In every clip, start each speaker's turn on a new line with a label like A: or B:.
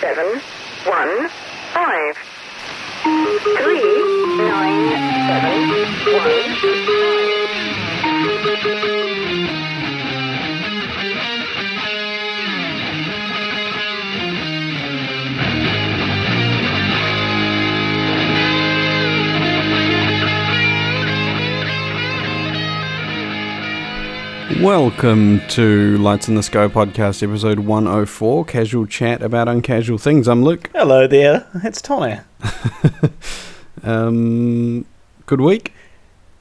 A: seven one five. Three nine seven one.
B: Welcome to Lights in the Sky podcast, episode 104 casual chat about uncasual things. I'm Luke.
C: Hello there, it's Tony.
B: Um, good week.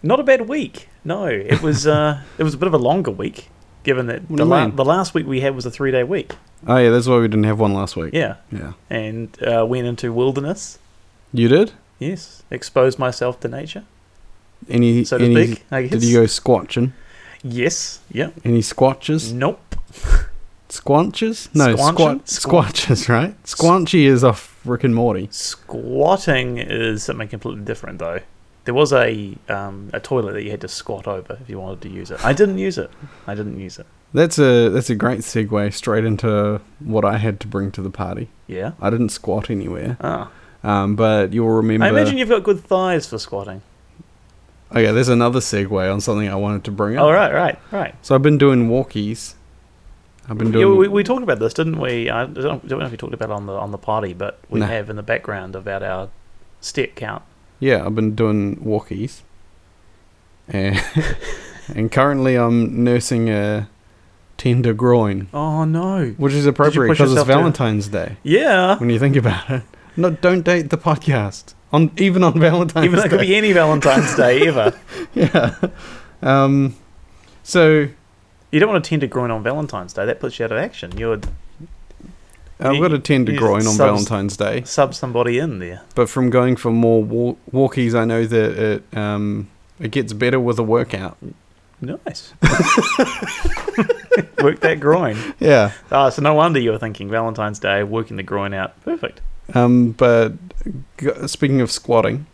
C: Not a bad week. No, it was uh, it was a bit of a longer week, given that
B: What do
C: the,
B: you
C: la-
B: mean?
C: the last week we had was a three day week.
B: Oh, yeah, that's why we didn't have one last week.
C: Yeah,
B: Yeah.
C: and uh, went into wilderness.
B: You did?
C: Yes, exposed myself to nature,
B: Any,
C: so to
B: any
C: speak. I guess.
B: Did you go squatching?
C: Yes. Yep.
B: Any squatches?
C: Nope.
B: Squanches? No, squat,
C: Squanchin'?
B: squatches, right? Squanchy is off Rick and Morty.
C: Squatting is something completely different, though. There was a um, a toilet that you had to squat over if you wanted to use it. I didn't use it. I didn't use it.
B: That's a that's a great segue straight into what I had to bring to the party.
C: Yeah.
B: I didn't squat anywhere,
C: Ah.
B: um, but you'll remember.
C: I imagine you've got good thighs for squatting.
B: okay, there's another segue on something I wanted to bring up.
C: Oh, right, right, right.
B: So I've been doing walkies. I've been
C: Yeah,
B: doing.
C: we, we talked about this, didn't we? I don't, don't know if we talked about it on the on the party, but we
B: No.
C: have in the background about our step count.
B: yeah, I've been doing walkies. And, and currently I'm nursing a tender groin,
C: Oh no!
B: which is appropriate
C: push
B: because it's
C: yourself to-
B: Valentine's Day.
C: Yeah,
B: When you think about it, no, don't date the podcast on even on Valentine's
C: even though it
B: Day.
C: could be any Valentine's Day ever.
B: yeah. Um. So
C: You don't want to tend to groin on Valentine's Day. That puts you out of action. You would
B: uh, I've got a tender
C: You
B: groin on
C: subs-
B: Valentine's Day,
C: sub somebody in there.
B: but from going for more wa- walkies, I know that it um it gets better with a workout.
C: Nice. Work that groin.
B: Yeah.
C: Ah, so no wonder you were thinking Valentine's Day, working the groin out. Perfect.
B: Um. But g- speaking of squatting,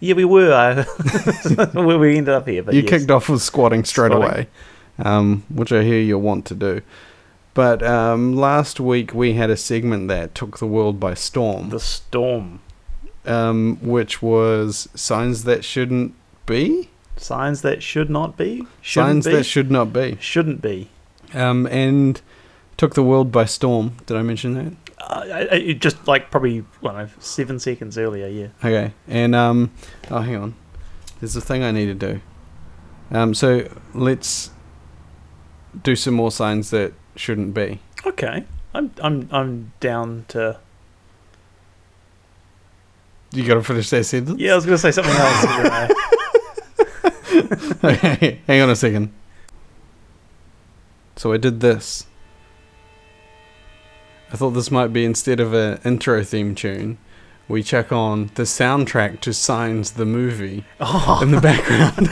C: Yeah, we were. I, where we ended up here, but
B: you
C: yes.
B: kicked off with squatting straight
C: Squatting.
B: away, um, which I hear you want to do. But um, last week we had a segment that took the world by storm.
C: the storm.
B: um, which was signs that shouldn't be,
C: Signs that should not be. Shouldn't
B: signs
C: be.
B: that should not be,
C: shouldn't be.
B: um, and took the world by storm. Did I mention that?
C: Uh, I- I- it just like probably I don't know, seven seconds earlier. Yeah.
B: Okay, and um, oh, hang on, there's a thing I need to do. Um, so let's do some more signs that shouldn't be.
C: Okay. I'm I'm I'm down to.
B: You got to finish that sentence.
C: Yeah, I was gonna say something else. you know.
B: okay, hang on a second. So I did this. I thought this might be instead of an intro theme tune, we check on the soundtrack to Signs the movie
C: Oh,
B: in the background.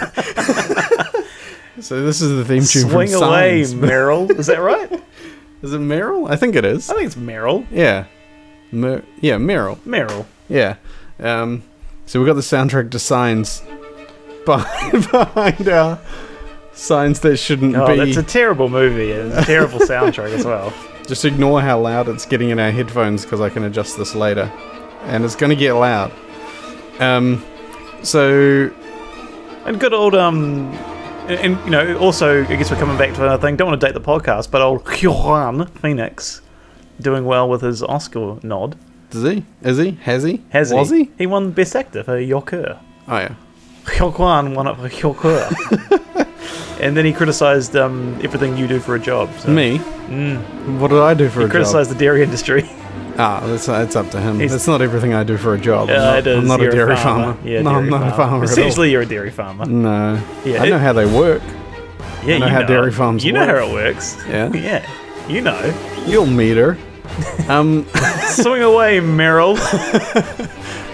B: so this is the theme tune
C: swing
B: from
C: away,
B: Signs.
C: Meryl. Is that right? I
B: Is it Meryl? I think it is.
C: think it's Meryl.
B: Yeah. Mer- yeah, Meryl.
C: Meryl.
B: Yeah. Um, so we got the soundtrack to Signs behind, behind our signs that shouldn't
C: Oh,
B: be.
C: that's a terrible movie and a terrible soundtrack as well.
B: Just ignore how loud it's getting in our headphones because I can adjust this later. And it's going to get loud. Um, so,
C: And good old um, and, and, you know also I guess we're coming back to another thing. Don't want to date the podcast, but old Johan Phoenix doing well with his Oscar nod.
B: does he? Is he? Has he?
C: Has
B: Was he?
C: He won Best Actor for Yokur.
B: Oh, yeah.
C: Hyokwan won it for Yokur. and then he criticised um, everything you do for a job. So.
B: Me?
C: Oh. Mm.
B: What did I do for
C: He
B: a job?
C: criticised the dairy industry.
B: Ah, that's, that's up to him.
C: He's-
B: That's not everything I do for a job.
C: Yeah,
B: I'm not,
C: it is.
B: I'm not
C: You're
B: a dairy farmer.
C: Yeah,
B: no,
C: dairy
B: I'm not a farmer at all.
C: Essentially, you're a dairy farmer.
B: No.
C: Yeah,
B: I know
C: it-
B: how they work.
C: Yeah,
B: know
C: you
B: how
C: know.
B: dairy farms
C: You know
B: work.
C: how it works.
B: Yeah.
C: yeah, you know.
B: You'll meet her. um,
C: Swing away, Meryl.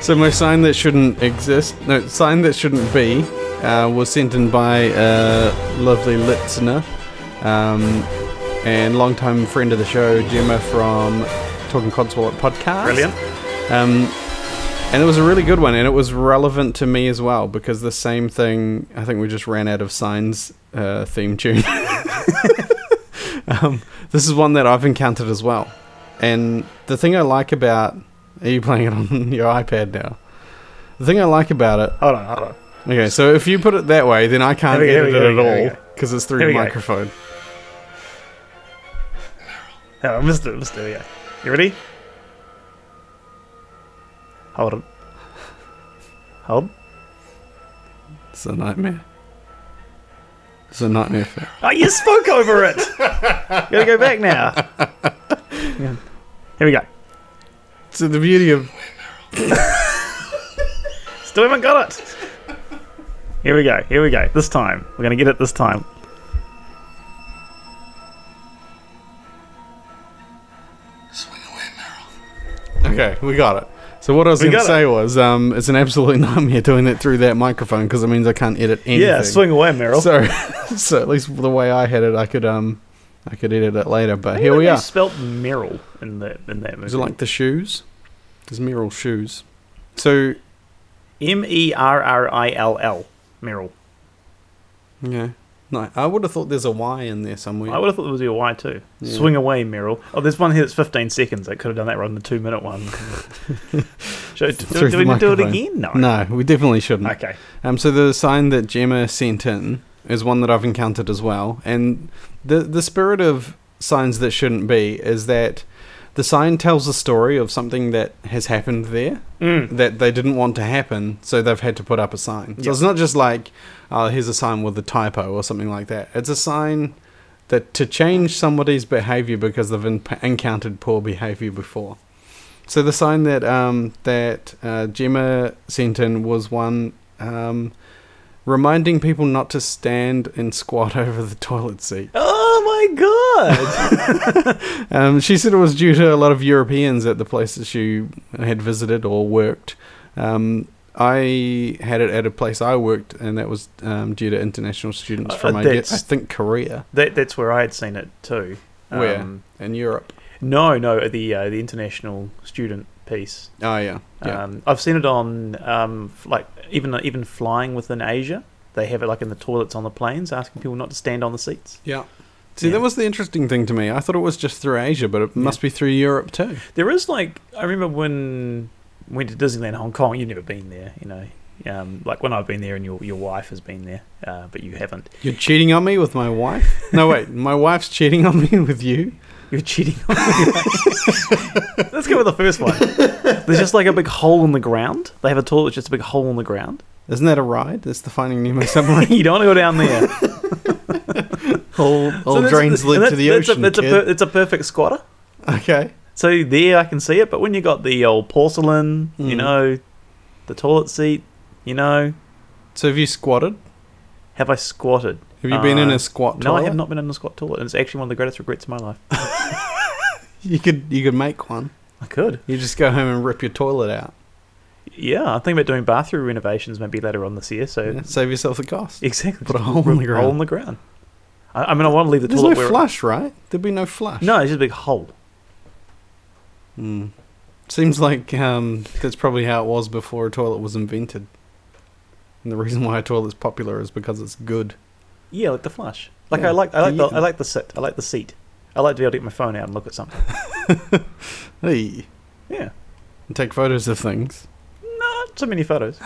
B: So my sign that shouldn't exist, no, sign that shouldn't be, uh, was sent in by a lovely listener um, and longtime friend of the show, Gemma from Talking Codswallop podcast.
C: Brilliant.
B: Um, and it was a really good one, and it was relevant to me as well because the same thing. I think we just ran out of signs uh, theme tune. um, this is one that I've encountered as well. And the thing I like about are you playing it on your iPad now? The thing I like about it.
C: Hold on, hold on.
B: Okay, so if you put it that way, then I can't
C: Here we
B: edit
C: go,
B: it
C: here we go, here we
B: at
C: go.
B: all because it's through
C: Here
B: the
C: we go.
B: microphone.
C: Hold on, Mr. Mr. Yeah. You ready? Hold on. Hold.
B: It's a nightmare. It's a nightmare. For,
C: Oh, you spoke over it. you gotta go back now. Yeah. Here we go.
B: so the beauty of
C: Still haven't got it. Here we go. Here we go. This time. We're going to get it this time.
B: okay, we got it. So what I was
C: We
B: going to
C: got it.
B: say was, um, it's an absolute nightmare doing it through that microphone because it means I can't edit anything.
C: Yeah, swing away, Meryl.
B: So, so at least the way I had it, I could um, I could edit it later. But here we
C: They
B: are.
C: spelt Meryl in that, in that movie.
B: Is it like the shoes? There's Meryl shoes. So
C: M E R R I L L. Meryl.
B: yeah, no, I would have thought there's a Y in there somewhere.
C: I would have thought there was a Y too. Swing away, Meryl. Oh, there's one here that's 15 seconds. I could have done that rather than the two minute one. Should, I- do,
B: Through
C: do
B: the
C: we need to do it
B: microphone.
C: again? No.
B: No, we definitely shouldn't.
C: Okay.
B: Um, so the sign that Gemma sent in is one that I've encountered as well, and the the spirit of signs that shouldn't be is that the sign tells the story of something that has happened there that they didn't want to happen, so they've had to put up a sign. So
C: Yeah.
B: it's not just like, oh, here's a sign with a typo or something like that. It's a sign that to change somebody's behavior because they've en- encountered poor behavior before. So the sign that um, that uh, Gemma sent in was one um, reminding people not to stand and squat over the toilet seat.
C: Oh my god!
B: Um, she said it was due to a lot of Europeans at the places she had visited or worked. Um, I had it at a place I worked, and that was um, due to international students
C: Uh,
B: from I, guess, I
C: that's-
B: think Korea.
C: that, that's where I had seen it too.
B: Where
C: Um,
B: in Europe?
C: No, no, the uh, the international student piece.
B: Oh yeah, yeah.
C: Um, I've seen it on um, f- like even even flying within Asia. They have it like in the toilets on the planes, asking people not to stand on the seats.
B: Yeah. See,
C: Yeah.
B: that was the interesting thing to me. I thought it was just through Asia, but it must be through Europe too.
C: There is like I remember when I went to Disneyland Hong Kong. You've never been there, you know. Um, like when I've been there, and your your wife has been there, uh, but you haven't.
B: You're cheating on me with my wife? No, wait, my wife's cheating on me with you?
C: You're cheating. on me. Let's go with the first one. There's just like a big hole in the ground. They have a toilet, that's just a big hole in the ground.
B: Isn't that a ride? That's the Finding Nemo submarine.
C: you don't want to go down there.
B: all all
C: that's-
B: drains
C: and
B: lead
C: that-
B: to the
C: that's
B: ocean.
C: A, that's a,
B: kid.
C: per, it's a perfect squatter.
B: okay.
C: So there I can see it, but when you got the old porcelain, you
B: Mm.
C: know, the toilet seat, you know,
B: So have you squatted?
C: have I squatted?
B: Have you been in
C: Uh,
B: a squat
C: No,
B: toilet?
C: I have not been in a squat toilet, and it's actually one of the greatest regrets of my life.
B: You could you could make one.
C: I could.
B: You just go home and rip your toilet out.
C: Yeah, I'm thinking about doing bathroom renovations maybe later on this year. So
B: Yeah, Save yourself the cost.
C: exactly,
B: Put a
C: just
B: hole in
C: rip
B: the
C: a
B: ground.
C: Hole in the ground. I, I mean, I want to leave the
B: There's
C: toilet
B: no
C: where it-
B: flush, right? There'd be no flush.
C: No, it's just a big hole.
B: Hmm. Seems like um, that's probably how it was before a toilet was invented. And the reason why a toilet's popular is because it's good.
C: Yeah, like the flush. Like
B: Yeah,
C: I like I like the,
B: yeah.
C: I like the sit. I like the seat. I like to be able to get my phone out and look at something.
B: Hey,
C: Yeah.
B: and take photos of things.
C: Not so many photos.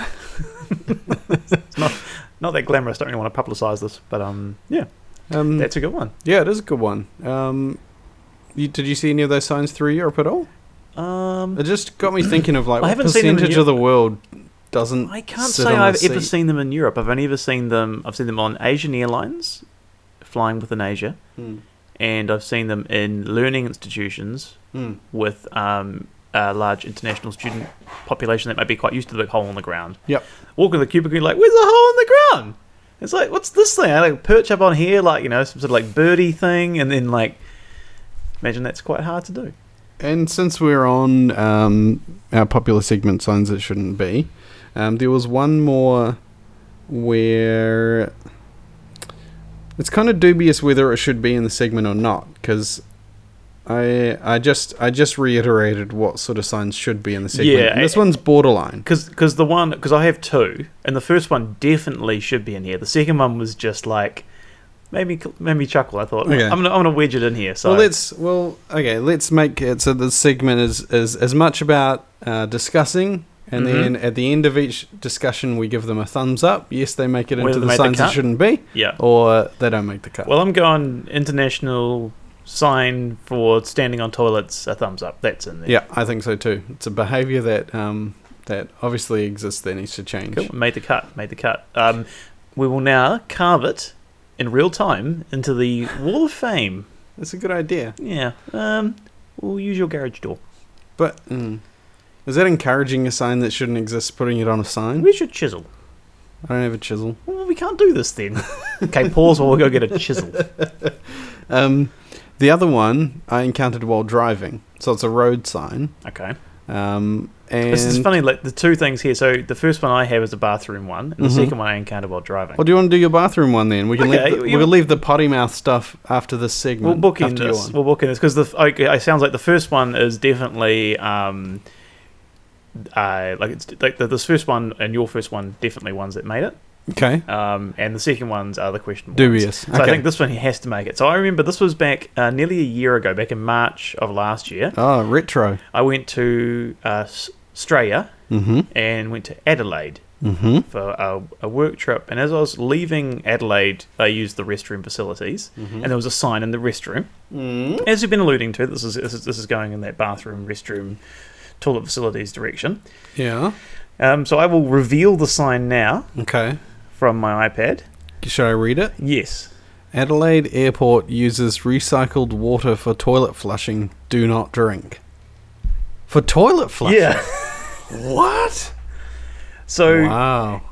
C: it's not not that glamorous. Don't really want to publicise this, but um, yeah,
B: Um,
C: that's a good one.
B: yeah, it is a good one. Um, you, did you see any of those signs through Europe at all? It
C: Um,
B: just got me thinking of like
C: I
B: what
C: haven't seen them in
B: percentage of
C: Europe.
B: the world doesn't.
C: I can't
B: sit
C: say
B: on a
C: I've ever
B: seat.
C: seen them in Europe. I've only ever seen them. I've seen them on Asian Airlines, flying within Asia,
B: Hmm.
C: and I've seen them in learning institutions
B: Hmm.
C: with um, a large international student population that might be quite used to the big hole in the ground.
B: Yep.
C: Walking the cubicle, you're like, where's the hole in the ground? It's like, what's this thing? I like perch up on here, like, you know, some sort of like birdie thing, and then like, imagine that's quite hard to do.
B: And since we're on um, our popular segment signs that shouldn't be, um, there was one more where it's kind of dubious whether it should be in the segment or not because I I just I just reiterated what sort of signs should be in the segment.
C: Yeah,
B: And this
C: I-
B: one's borderline.
C: Because the one, because I have two, and the first one definitely should be in here. The second one was just like, made me made me chuckle. I thought "Oh,
B: Okay.
C: I'm gonna I'm gonna wedge it in here. So
B: Well, let's well okay. Let's make it so the segment is is as much about uh, discussing, and
C: Mm-hmm.
B: then at the end of each discussion, we give them a thumbs up. Yes, they make it
C: Whether
B: into
C: they
B: the
C: made the
B: signs that
C: cut?
B: shouldn't be,
C: yeah.
B: or they don't make the cut.
C: Well, I'm going international sign for standing on toilets. A thumbs up. That's in there.
B: yeah, I think so too. It's a behaviour that um that obviously exists that needs to change.
C: Cool. Made the cut. Made the cut. Um, we will now carve it in real time into the wall of fame.
B: It's a good idea,
C: Yeah. Um, we'll use your garage door.
B: but mm, is that encouraging a sign that shouldn't exist? Putting it on a sign?
C: Where's your chisel?
B: I don't have a chisel.
C: Well, we can't do this then. okay, pause while we go get a chisel.
B: Um, the other one I encountered while driving, so it's a road sign.
C: Okay.
B: Um, and
C: This is funny. Like the two things here. So the first one I have is a bathroom one, and the
B: Mhm.
C: second one I encountered while driving.
B: Well, do you want to do your bathroom one then? We can
C: Okay,
B: leave the, we
C: you-
B: can leave the potty mouth stuff after this segment.
C: We'll book in
B: after your
C: this.
B: one.
C: We'll book in this because the f- okay, it sounds like the first one is definitely um, uh, like it's like the, this first one and your first one definitely ones that made it,
B: Okay.
C: um, and the second ones are the question. Ones.
B: Dubious.
C: So
B: okay.
C: I think this one he has to make it. So I remember this was back uh, nearly a year ago, back in March of last year.
B: oh, retro.
C: I went to uh, S- Australia
B: Mm-hmm.
C: and went to Adelaide
B: Mm-hmm.
C: for a, a work trip. And as I was leaving Adelaide, I used the restroom facilities, and there was a sign in the restroom.
B: Mm-hmm.
C: As we've been alluding to, this is this is, this is going in that bathroom, restroom, toilet facilities direction.
B: Yeah.
C: Um, so I will reveal the sign now
B: Okay.
C: from my iPad.
B: Should I read it?
C: Yes.
B: Adelaide Airport uses recycled water for toilet flushing. Do not drink. For toilet flushing.
C: Yeah.
B: What?
C: So
B: Wow.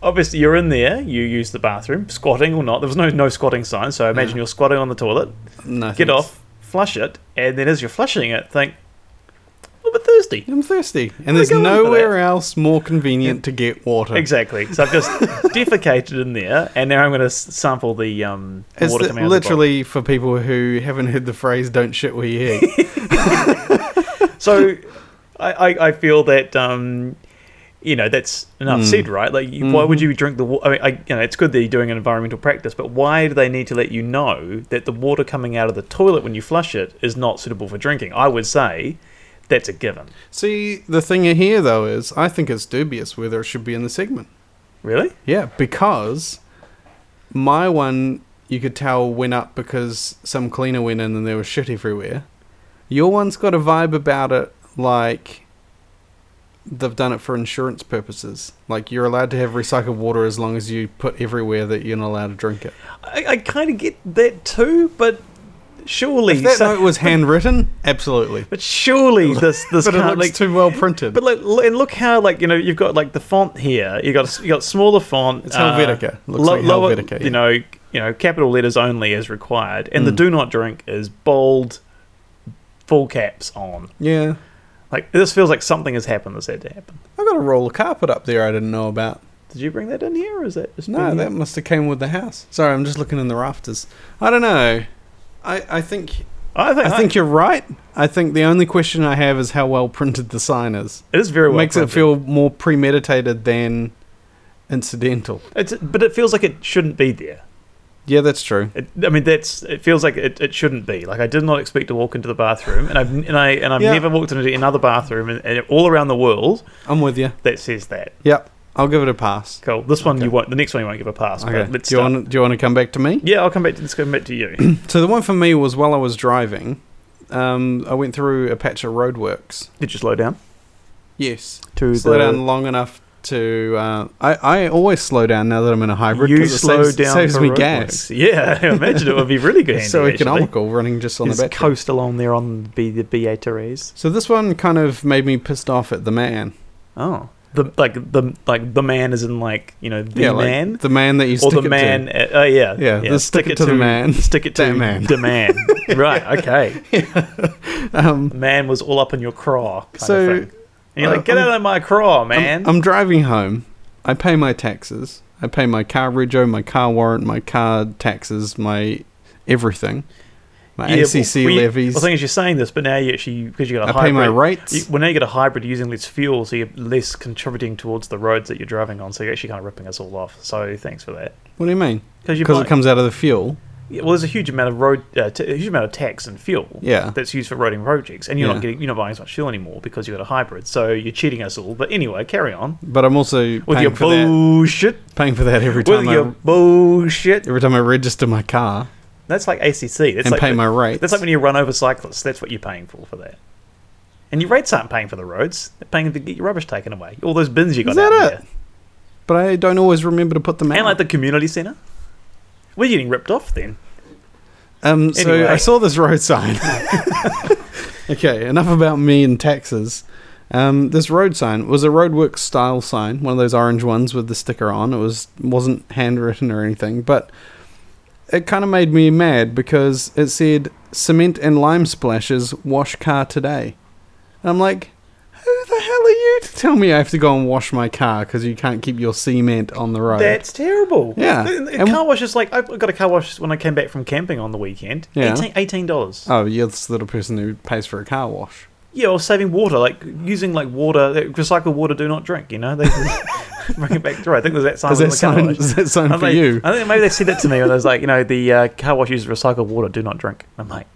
C: obviously you're in there. You use the bathroom, squatting or not. There was no no squatting sign. So I imagine you're squatting on the toilet.
B: No.
C: Get
B: thanks.
C: off, flush it, and then as you're flushing it, think a little bit thirsty.
B: I'm thirsty, and there's
C: go in for
B: nowhere else more convenient to get water.
C: Exactly. So I've just defecated in there, and now I'm going to sample the um, the
B: It's
C: water
B: li-
C: coming out of the bottle.
B: literally for people who haven't heard the phrase "don't shit where you eat."
C: So I, I, I feel that um, you know that's
B: Hmm.
C: enough said, right? Like, you, why
B: Mm-hmm.
C: would you drink the water? I mean, I, you know, it's good that you're doing an environmental practice, but why do they need to let you know that the water coming out of the toilet when you flush it is not suitable for drinking? I would say that's a given.
B: See, the thing here though is, I think it's dubious whether it should be in the segment.
C: Really?
B: Yeah, because my one you could tell went up because some cleaner went in and there was shit everywhere. Your one's got a vibe about it like they've done it for insurance purposes. Like you're allowed to have recycled water as long as you put everywhere that you're not allowed to drink it.
C: I, I kind of get that too, but surely
B: If that
C: so-
B: note was handwritten, absolutely.
C: But surely this this
B: But it
C: can't
B: looks
C: like.
B: too well printed.
C: but like, l- and look how like you know you've got like the font here. You got you got smaller font. uh,
B: It's Helvetica. Looks like Helvetica, yeah. Mm.
C: You know, you know, capital letters only as required, and the do not drink is bold, full caps on.
B: yeah.
C: Like this feels like something has happened that's had to happen.
B: I got a roll of carpet up there I didn't know about.
C: Did you bring that in here, or is that just
B: No,
C: been
B: that
C: here?
B: must have came with the house. Sorry, I'm just looking in the rafters. I don't know. I, I think
C: I think
B: I think you're right. I think the only question I have is how well printed the sign is.
C: it is very
B: It
C: well
B: makes it
C: printed.
B: feel more premeditated than incidental.
C: It's, but it feels like it shouldn't be there.
B: Yeah, that's true.
C: It, I mean, that's it feels like it, it shouldn't be. Like I did not expect to walk into the bathroom, and I've and I and I've
B: Yeah.
C: never walked into another bathroom, and, and all around the world
B: I'm with you.
C: that says that.
B: Yep, I'll give it a pass.
C: Cool. This one you won't. The next one you won't give a pass.
B: Okay.
C: But let's
B: do you
C: start.
B: want do you want to come back to me?
C: Yeah, I'll come back to. Let's go back to you.
B: So the one for me was while I was driving. Um, I went through a patch of roadworks.
C: Did you slow down?
B: Yes.
C: To
B: slow
C: the,
B: down long enough to. Uh, I I always slow down now that I'm in a hybrid.
C: You
B: 'cause it
C: slow
B: saves,
C: down.
B: Saves
C: for
B: me
C: roadworks.
B: gas.
C: Yeah, I imagine it would be really good.
B: It's so
C: handy, actually.
B: economical running just on the
C: Just
B: back.
C: coast along there on the the BA Therese.
B: so this one kind of made me pissed off at the man.
C: Oh, the like the like the man is in like you know the
B: yeah, like,
C: man.
B: the man that you
C: or
B: stick
C: the
B: it
C: man,
B: to.
C: uh, oh yeah,
B: Yeah, the stick it to the man.
C: stick it to
B: That man.
C: the man. right, okay. the man was all up in your craw. Kind
B: Um, So,
C: of thing. And you're
B: uh,
C: like, get
B: I'm-
C: out of my craw, man.
B: I'm, I'm driving home. I pay my taxes. I pay my car rego, my car warrant, my car taxes, my everything, my
C: Yeah,
B: ACC
C: well, you-
B: levies.
C: Well, the thing is, you're saying this, but now you actually because you got a
B: I pay
C: hybrid.
B: my rates.
C: You, well, now you get a hybrid using less fuel, so you're less contributing towards the roads that you're driving on. So you're actually kind of ripping us all off. So thanks for that.
B: what do you mean?
C: Because you
B: Because
C: buy-
B: it comes out of the fuel.
C: yeah, well, there's a huge amount of road, uh, t- a huge amount of tax and fuel.
B: Yeah.
C: that's used for roading projects, and you're
B: Yeah.
C: not getting, you're not buying as much fuel anymore because you've got a hybrid. So you're cheating us all. But anyway, carry on
B: But I'm also
C: with your
B: paying for, that,
C: bullshit.
B: paying for that every
C: With
B: time
C: your
B: I,
C: bullshit.
B: every time I register my car.
C: That's like ACC. That's
B: And
C: like
B: pay
C: the-
B: my rates.
C: That's like when you run over cyclists. That's what you're paying for for that. And your rates aren't paying for the roads. They're paying to get your rubbish taken away. All those bins you got
B: Is that
C: out
B: it?
C: there.
B: But I don't always remember to put them out.
C: And like the community centre. We're getting ripped off then.
B: Um, so
C: Anyway.
B: I saw this road sign. okay, enough about me and taxes. Um, this road sign was a roadworks style sign, one of those orange ones with the sticker on. It was wasn't handwritten or anything, but it kind of made me mad because it said cement and lime splashes wash car today. And I'm like, who the hell are you to tell me I have to go and wash my car because you can't keep your cement on the road?
C: That's terrible.
B: Oh, Yeah.
C: The, the
B: And-
C: car wash is like, I got a car wash when I came back from camping on the weekend.
B: Yeah.
C: $18. $18.
B: oh, you're this little person who pays for a car wash.
C: Yeah, or saving water, like using like water, like, recycle water, do not drink, you know? They bring it back through. I think there's that sign
B: Does
C: on
B: that
C: the car
B: sound?
C: wash.
B: Does that sound
C: I'm
B: for
C: like-
B: you?
C: I think maybe they said that to me when I was like, you know, the uh, car wash uses recycled water, do not drink. And I'm like,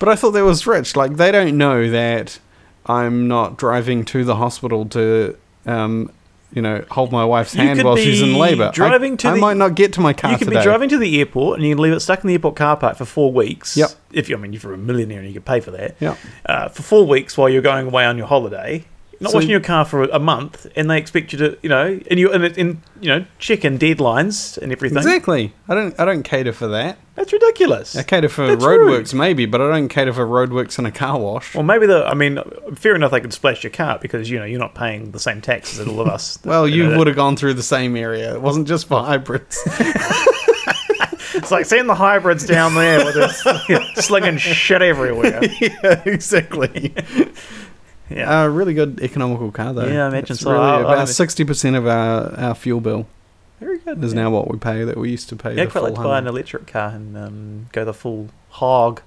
B: But I thought that was rich. Like they don't know that I'm not driving to the hospital to, um, you know, hold my wife's
C: You
B: hand
C: could
B: while she's in
C: be
B: labour. I-
C: driving
B: I,
C: to the-
B: might not get to my car
C: you could
B: today.
C: be driving to the airport and you can leave it stuck in the airport car park for four weeks.
B: Yep.
C: If you, I mean, if you're a millionaire and you could pay for that.
B: Yep.
C: Uh, for four weeks while you're going away on your holiday, not
B: So-
C: washing your car for a month, and they expect you to, you know, and you and, it- and you know, check in deadlines and everything.
B: Exactly. I don't. I don't cater for that.
C: That's ridiculous.
B: I cater for
C: That's
B: roadworks
C: rude.
B: maybe, but I don't cater for roadworks and a car wash.
C: Well, maybe the. I mean, fair enough. They could splash your car because you know you're not paying the same taxes as all of us.
B: Well, you
C: know,
B: would have gone through the same area. It wasn't just for hybrids.
C: It's like seeing the hybrids down there with this slinging shit everywhere.
B: yeah, exactly. Uh,
C: Yeah.
B: A really good economical car though.
C: Yeah, I imagine
B: It's
C: so.
B: Really
C: I'll- I'll
B: about
C: have it.
B: sixty percent of our, our fuel bill
C: Very good.
B: is
C: yeah.
B: now what we pay that we used to pay.
C: Yeah,
B: the
C: I'd quite like
B: full
C: to buy an
B: 100.
C: electric car and um, go the full hog.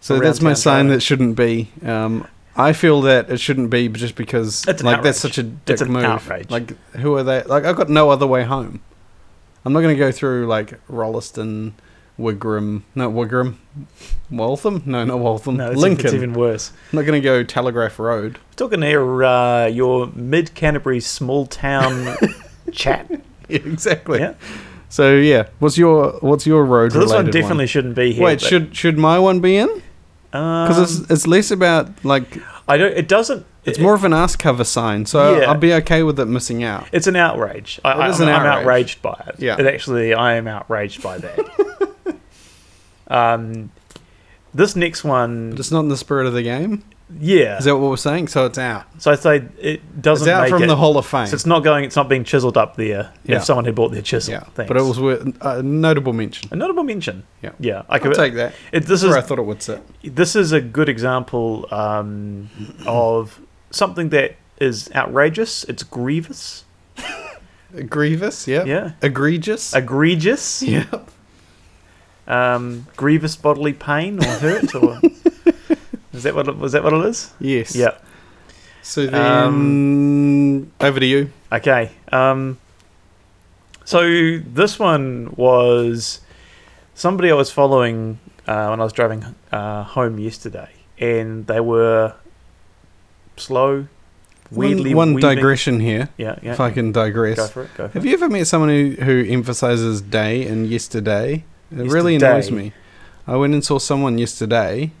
B: So
C: around
B: that's my
C: town
B: sign
C: driving.
B: that shouldn't be. Um, I feel that it shouldn't be just because
C: It's an
B: like that's
C: outrage.
B: such a dick
C: It's an
B: move.
C: outrage.
B: Like who are they? Like I've got no other way home. I'm not going to go through like Rolleston, Wigram, not Wigram, Waltham. No, not Waltham.
C: No, it's,
B: Lincoln.
C: it's even worse.
B: I'm not going to go Telegraph Road.
C: Talking there, uh, your mid Canterbury small town chat.
B: Yeah, exactly.
C: Yeah.
B: So yeah, what's your what's your road?
C: So this one
B: related
C: definitely shouldn't be here.
B: Wait,
C: but,
B: should should my one be in? Because
C: um,
B: it's it's less about like
C: I don't. It doesn't.
B: it's
C: it-
B: more of an ass cover sign, so
C: Yeah.
B: I'll be okay with it missing out.
C: It's an outrage. I,
B: It
C: I,
B: is an
C: I'm
B: outrage.
C: outraged by it.
B: Yeah.
C: It actually, I am outraged by that. um, this next one,
B: But it's not in the spirit of the game.
C: yeah.
B: Is that what we're saying? So it's out.
C: so I say it
B: It's
C: doesn't
B: out
C: make
B: from
C: it.
B: the Hall of Fame.
C: so it's not going. It's not being chiseled up there.
B: Yeah.
C: If someone had bought their chisel,
B: yeah,
C: Thanks.
B: but it was worth, a notable mention.
C: a notable mention.
B: Yeah,
C: Yeah, I
B: I'll
C: could
B: take that.
C: It, this
B: That's
C: is
B: where I thought it would sit.
C: this is a good example um, of something that is outrageous. It's grievous,
B: Grievous. Yeah.
C: Yeah.
B: Egregious.
C: egregious.
B: yeah.
C: um, grievous bodily pain or hurt or is that what it, was that what it is?
B: Yes.
C: Yeah.
B: So then
C: Um,
B: over to you.
C: Okay. Um, so this one was somebody I was following uh, when I was driving uh, home yesterday, and they were slow, weirdly
B: one, one
C: weaving-
B: digression here,
C: Yeah, yeah.
B: if I can digress.
C: Go for it. Go for
B: Have
C: it.
B: you ever met someone who, who emphasizes day and yesterday? It really
C: Yesterday.
B: annoys me. I went and saw someone yesterday.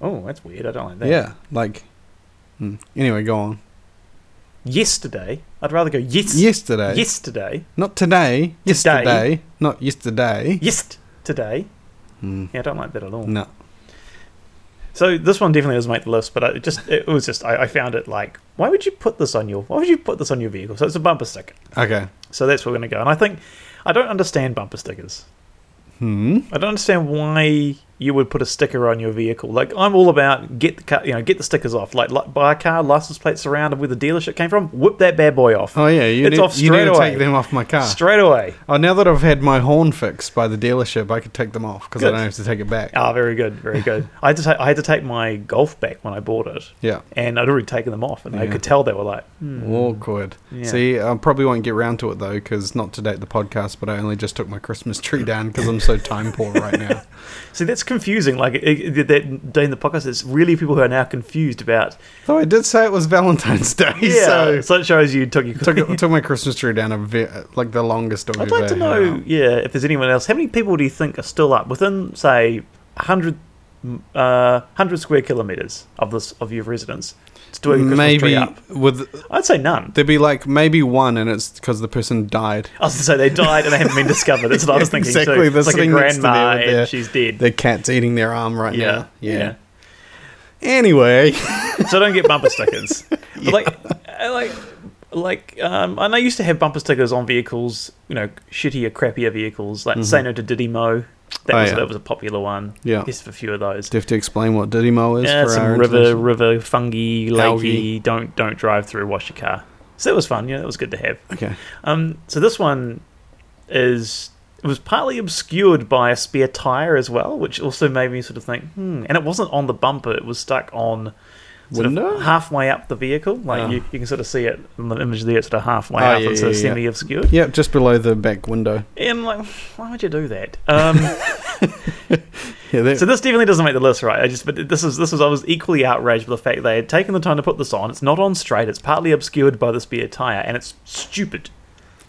C: Oh, that's weird. I don't like that.
B: Yeah, like. Hmm. Anyway, go on.
C: Yesterday, I'd rather go yes.
B: Yesterday.
C: Yesterday.
B: Not today. Yesterday. Not yesterday.
C: Yes. Today.
B: Hmm.
C: Yeah, I don't like that at all.
B: No.
C: So this one definitely doesn't make the list, but I- it just it was just I, I found it like why would you put this on your why would you put this on your vehicle? So it's a bumper sticker.
B: Okay.
C: So that's where we're gonna go. And I think I don't understand bumper stickers.
B: Hmm.
C: I don't understand why you would put a sticker on your vehicle. Like I'm all about get the car, you know, get the stickers off. Like, like buy a car, license plate surrounded where the dealership came from, whip that bad boy off.
B: Oh yeah, you
C: it's
B: need,
C: off
B: you
C: straight
B: need to
C: away.
B: take them off my car.
C: Straight away.
B: oh, now that I've had my horn fixed by the dealership, I could take them off because I
C: Good.
B: don't have to take it back.
C: Ah, very good, very good. I had to ta- I had to take my golf back when I bought it.
B: Yeah.
C: and I'd already taken them off, and I
B: Yeah.
C: could tell they were like, hmm,
B: Awkward.
C: Yeah.
B: See, I probably won't get round to it though because not to date the podcast, but I only just took my Christmas tree down because I'm so time poor right now.
C: See, that's confusing. Like it, it, that day in the podcast, it's really people who are now confused about.
B: Though I did say it was Valentine's Day,
C: Yeah, so,
B: so
C: it shows you took your.
B: took it- took my Christmas tree down a ve- like the longest. I've
C: I'd like
B: ever
C: to know,
B: had.
C: yeah, if there's anyone else. How many people do you think are still up within, say, hundred, uh, hundred square kilometers of this of your residence? Still have your Christmas tree
B: Maybe
C: up.
B: with
C: I'd say none.
B: there'd be like maybe one, and it's because the person died.
C: I was to say they died and they haven't been discovered. That's what I was thinking
B: Exactly,
C: too. It's
B: that's
C: like a
B: sitting next to there
C: grandma
B: with
C: and
B: their-
C: she's dead.
B: The cat's eating their arm right
C: yeah,
B: now. Yeah. Anyway,
C: yeah. So don't get bumper stickers. But Like, I like, like, um, and I used to have bumper stickers on vehicles. You know, shittier, crappier vehicles. Like say no to Diddy Mo. That
B: Mm-hmm. Oh,
C: was
B: yeah.
C: that was a popular one.
B: Yeah.
C: just a few of those.
B: do you have to explain what Diddy Mo is
C: Yeah,
B: for
C: some
B: our
C: river,
B: international-
C: river, fungi,
B: Algae.
C: lakey. Don't don't drive through. Wash your car. So that was fun. Yeah, that was good to have.
B: Okay.
C: Um, so this one is it was partly obscured by a spare tire as well, which also made me sort of think, hmm. And it wasn't on the bumper; it was stuck on sort of
B: Window?
C: halfway up the vehicle. Like
B: Oh.
C: you, you can sort of see it in the image there, it's sort of halfway
B: Oh,
C: up
B: yeah,
C: and sort of
B: yeah, yeah.
C: semi-obscured.
B: Yep, just below the back window.
C: And I'm like, why would you do that? Um,
B: Yeah, that,
C: So this definitely doesn't make the list, right? I just but this is this was I was equally outraged by the fact they had taken the time to put this on. It's not on straight. It's partly obscured by the spare tire, and it's stupid.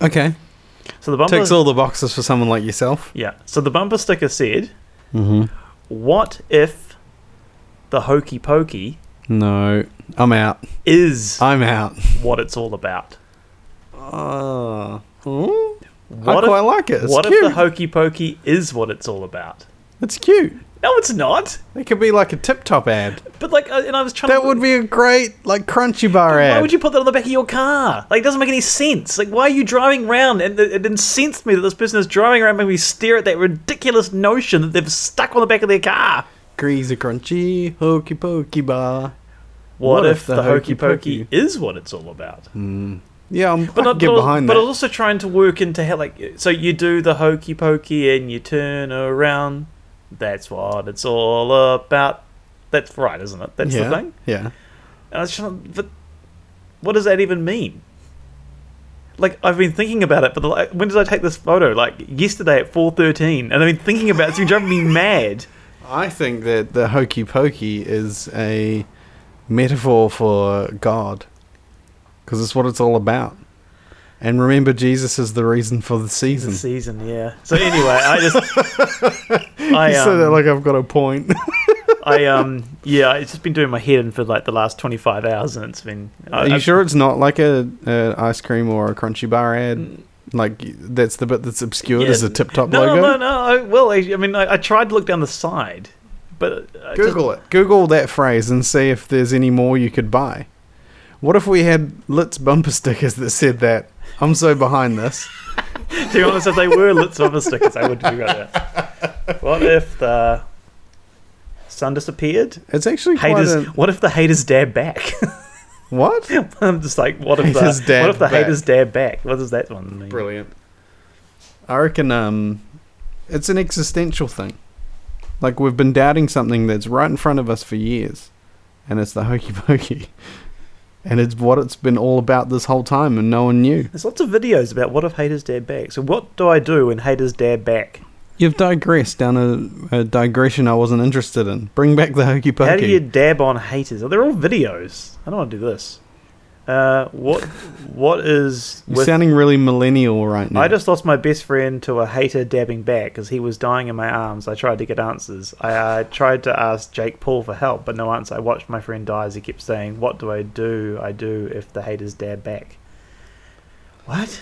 B: okay.
C: So the bumper,
B: Ticks all the boxes for someone like yourself.
C: yeah. So the bumper sticker said,
B: Mhm.
C: "What if the hokey pokey
B: No, I'm out.
C: is
B: I'm out.
C: what it's all about? Ah.
B: Oh. I
C: What
B: quite
C: if,
B: like it. It's
C: what
B: cute.
C: if the hokey pokey is what it's all about?
B: it's cute.
C: No, it's not.
B: It could be like a tip top ad.
C: But like, uh, and I was trying.
B: That
C: to,
B: would be a great like crunchy bar ad.
C: Why would you put that on the back of your car? Like, it doesn't make any sense. Like, why are you driving around? And it, it incensed me that this person is driving around making me stare at that ridiculous notion that they've stuck on the back of their car.
B: Greasy crunchy hokey pokey bar.
C: What, if, the, hokey pokey is what it's all about?
B: Yeah, I'm Mm.
C: But,
B: I
C: I,
B: can get
C: but, I was-
B: behind
C: but I
B: that.
C: was also trying to work into how, like, so you do the hokey pokey and you turn around. That's what it's all about. That's right, isn't it? That's
B: yeah,
C: the thing.
B: Yeah.
C: And I was trying to, but what does that even mean? Like I've been thinking about it, but the, like, when did I take this photo? Like yesterday at four thirteen, and I've been thinking about it. It's been driving me mad.
B: I think that the hokey pokey is a metaphor for God, because it's what it's all about. And remember, Jesus is the reason for the
C: It's
B: season.
C: a season, yeah. So anyway, I just, I
B: You said that
C: um,
B: like I've got a point.
C: I um, yeah. It's just been doing my head in for like the last twenty five hours, and it's been. I,
B: Are you
C: I-
B: sure it's not like a, a ice cream or a crunchy bar ad? Like that's the bit that's obscured
C: Mm. yeah.
B: as a tip top
C: no,
B: logo.
C: No, no, no. I, well, I, I mean, I, I tried to look down the side, but uh, I just-
B: Google it. Google that phrase and see if there's any more you could buy. What if we had Litz bumper stickers that said that? I'm so behind this.
C: To be honest, if they were lit silver stickers, I would do that. What if the sun disappeared?
B: It's actually quite
C: Haters.
B: a-
C: What if the haters dab back?
B: what?
C: I'm just like, what if
B: Haters
C: the
B: dab
C: what if the
B: back.
C: haters dab back? What does that one mean?
B: Brilliant. I reckon um, it's an existential thing. Like we've been doubting something that's right in front of us for years, and it's the hokey pokey, and it's what it's been all about this whole time, and no one knew.
C: There's lots of videos about what if haters dab back. So what do I do when haters dab back?
B: You've digressed down a, a digression I wasn't interested in. Bring back the hokey pokey.
C: How do you dab on haters? Oh, they're all videos. I don't want to do this. Uh, what what is
B: You're
C: with
B: sounding really millennial right now.
C: I just lost my best friend to a hater dabbing back because he was dying in my arms. I tried to get answers. I uh, tried to ask Jake Paul for help, but no answer. I watched my friend die as he kept saying, What do I do? I do if the haters dab back. What?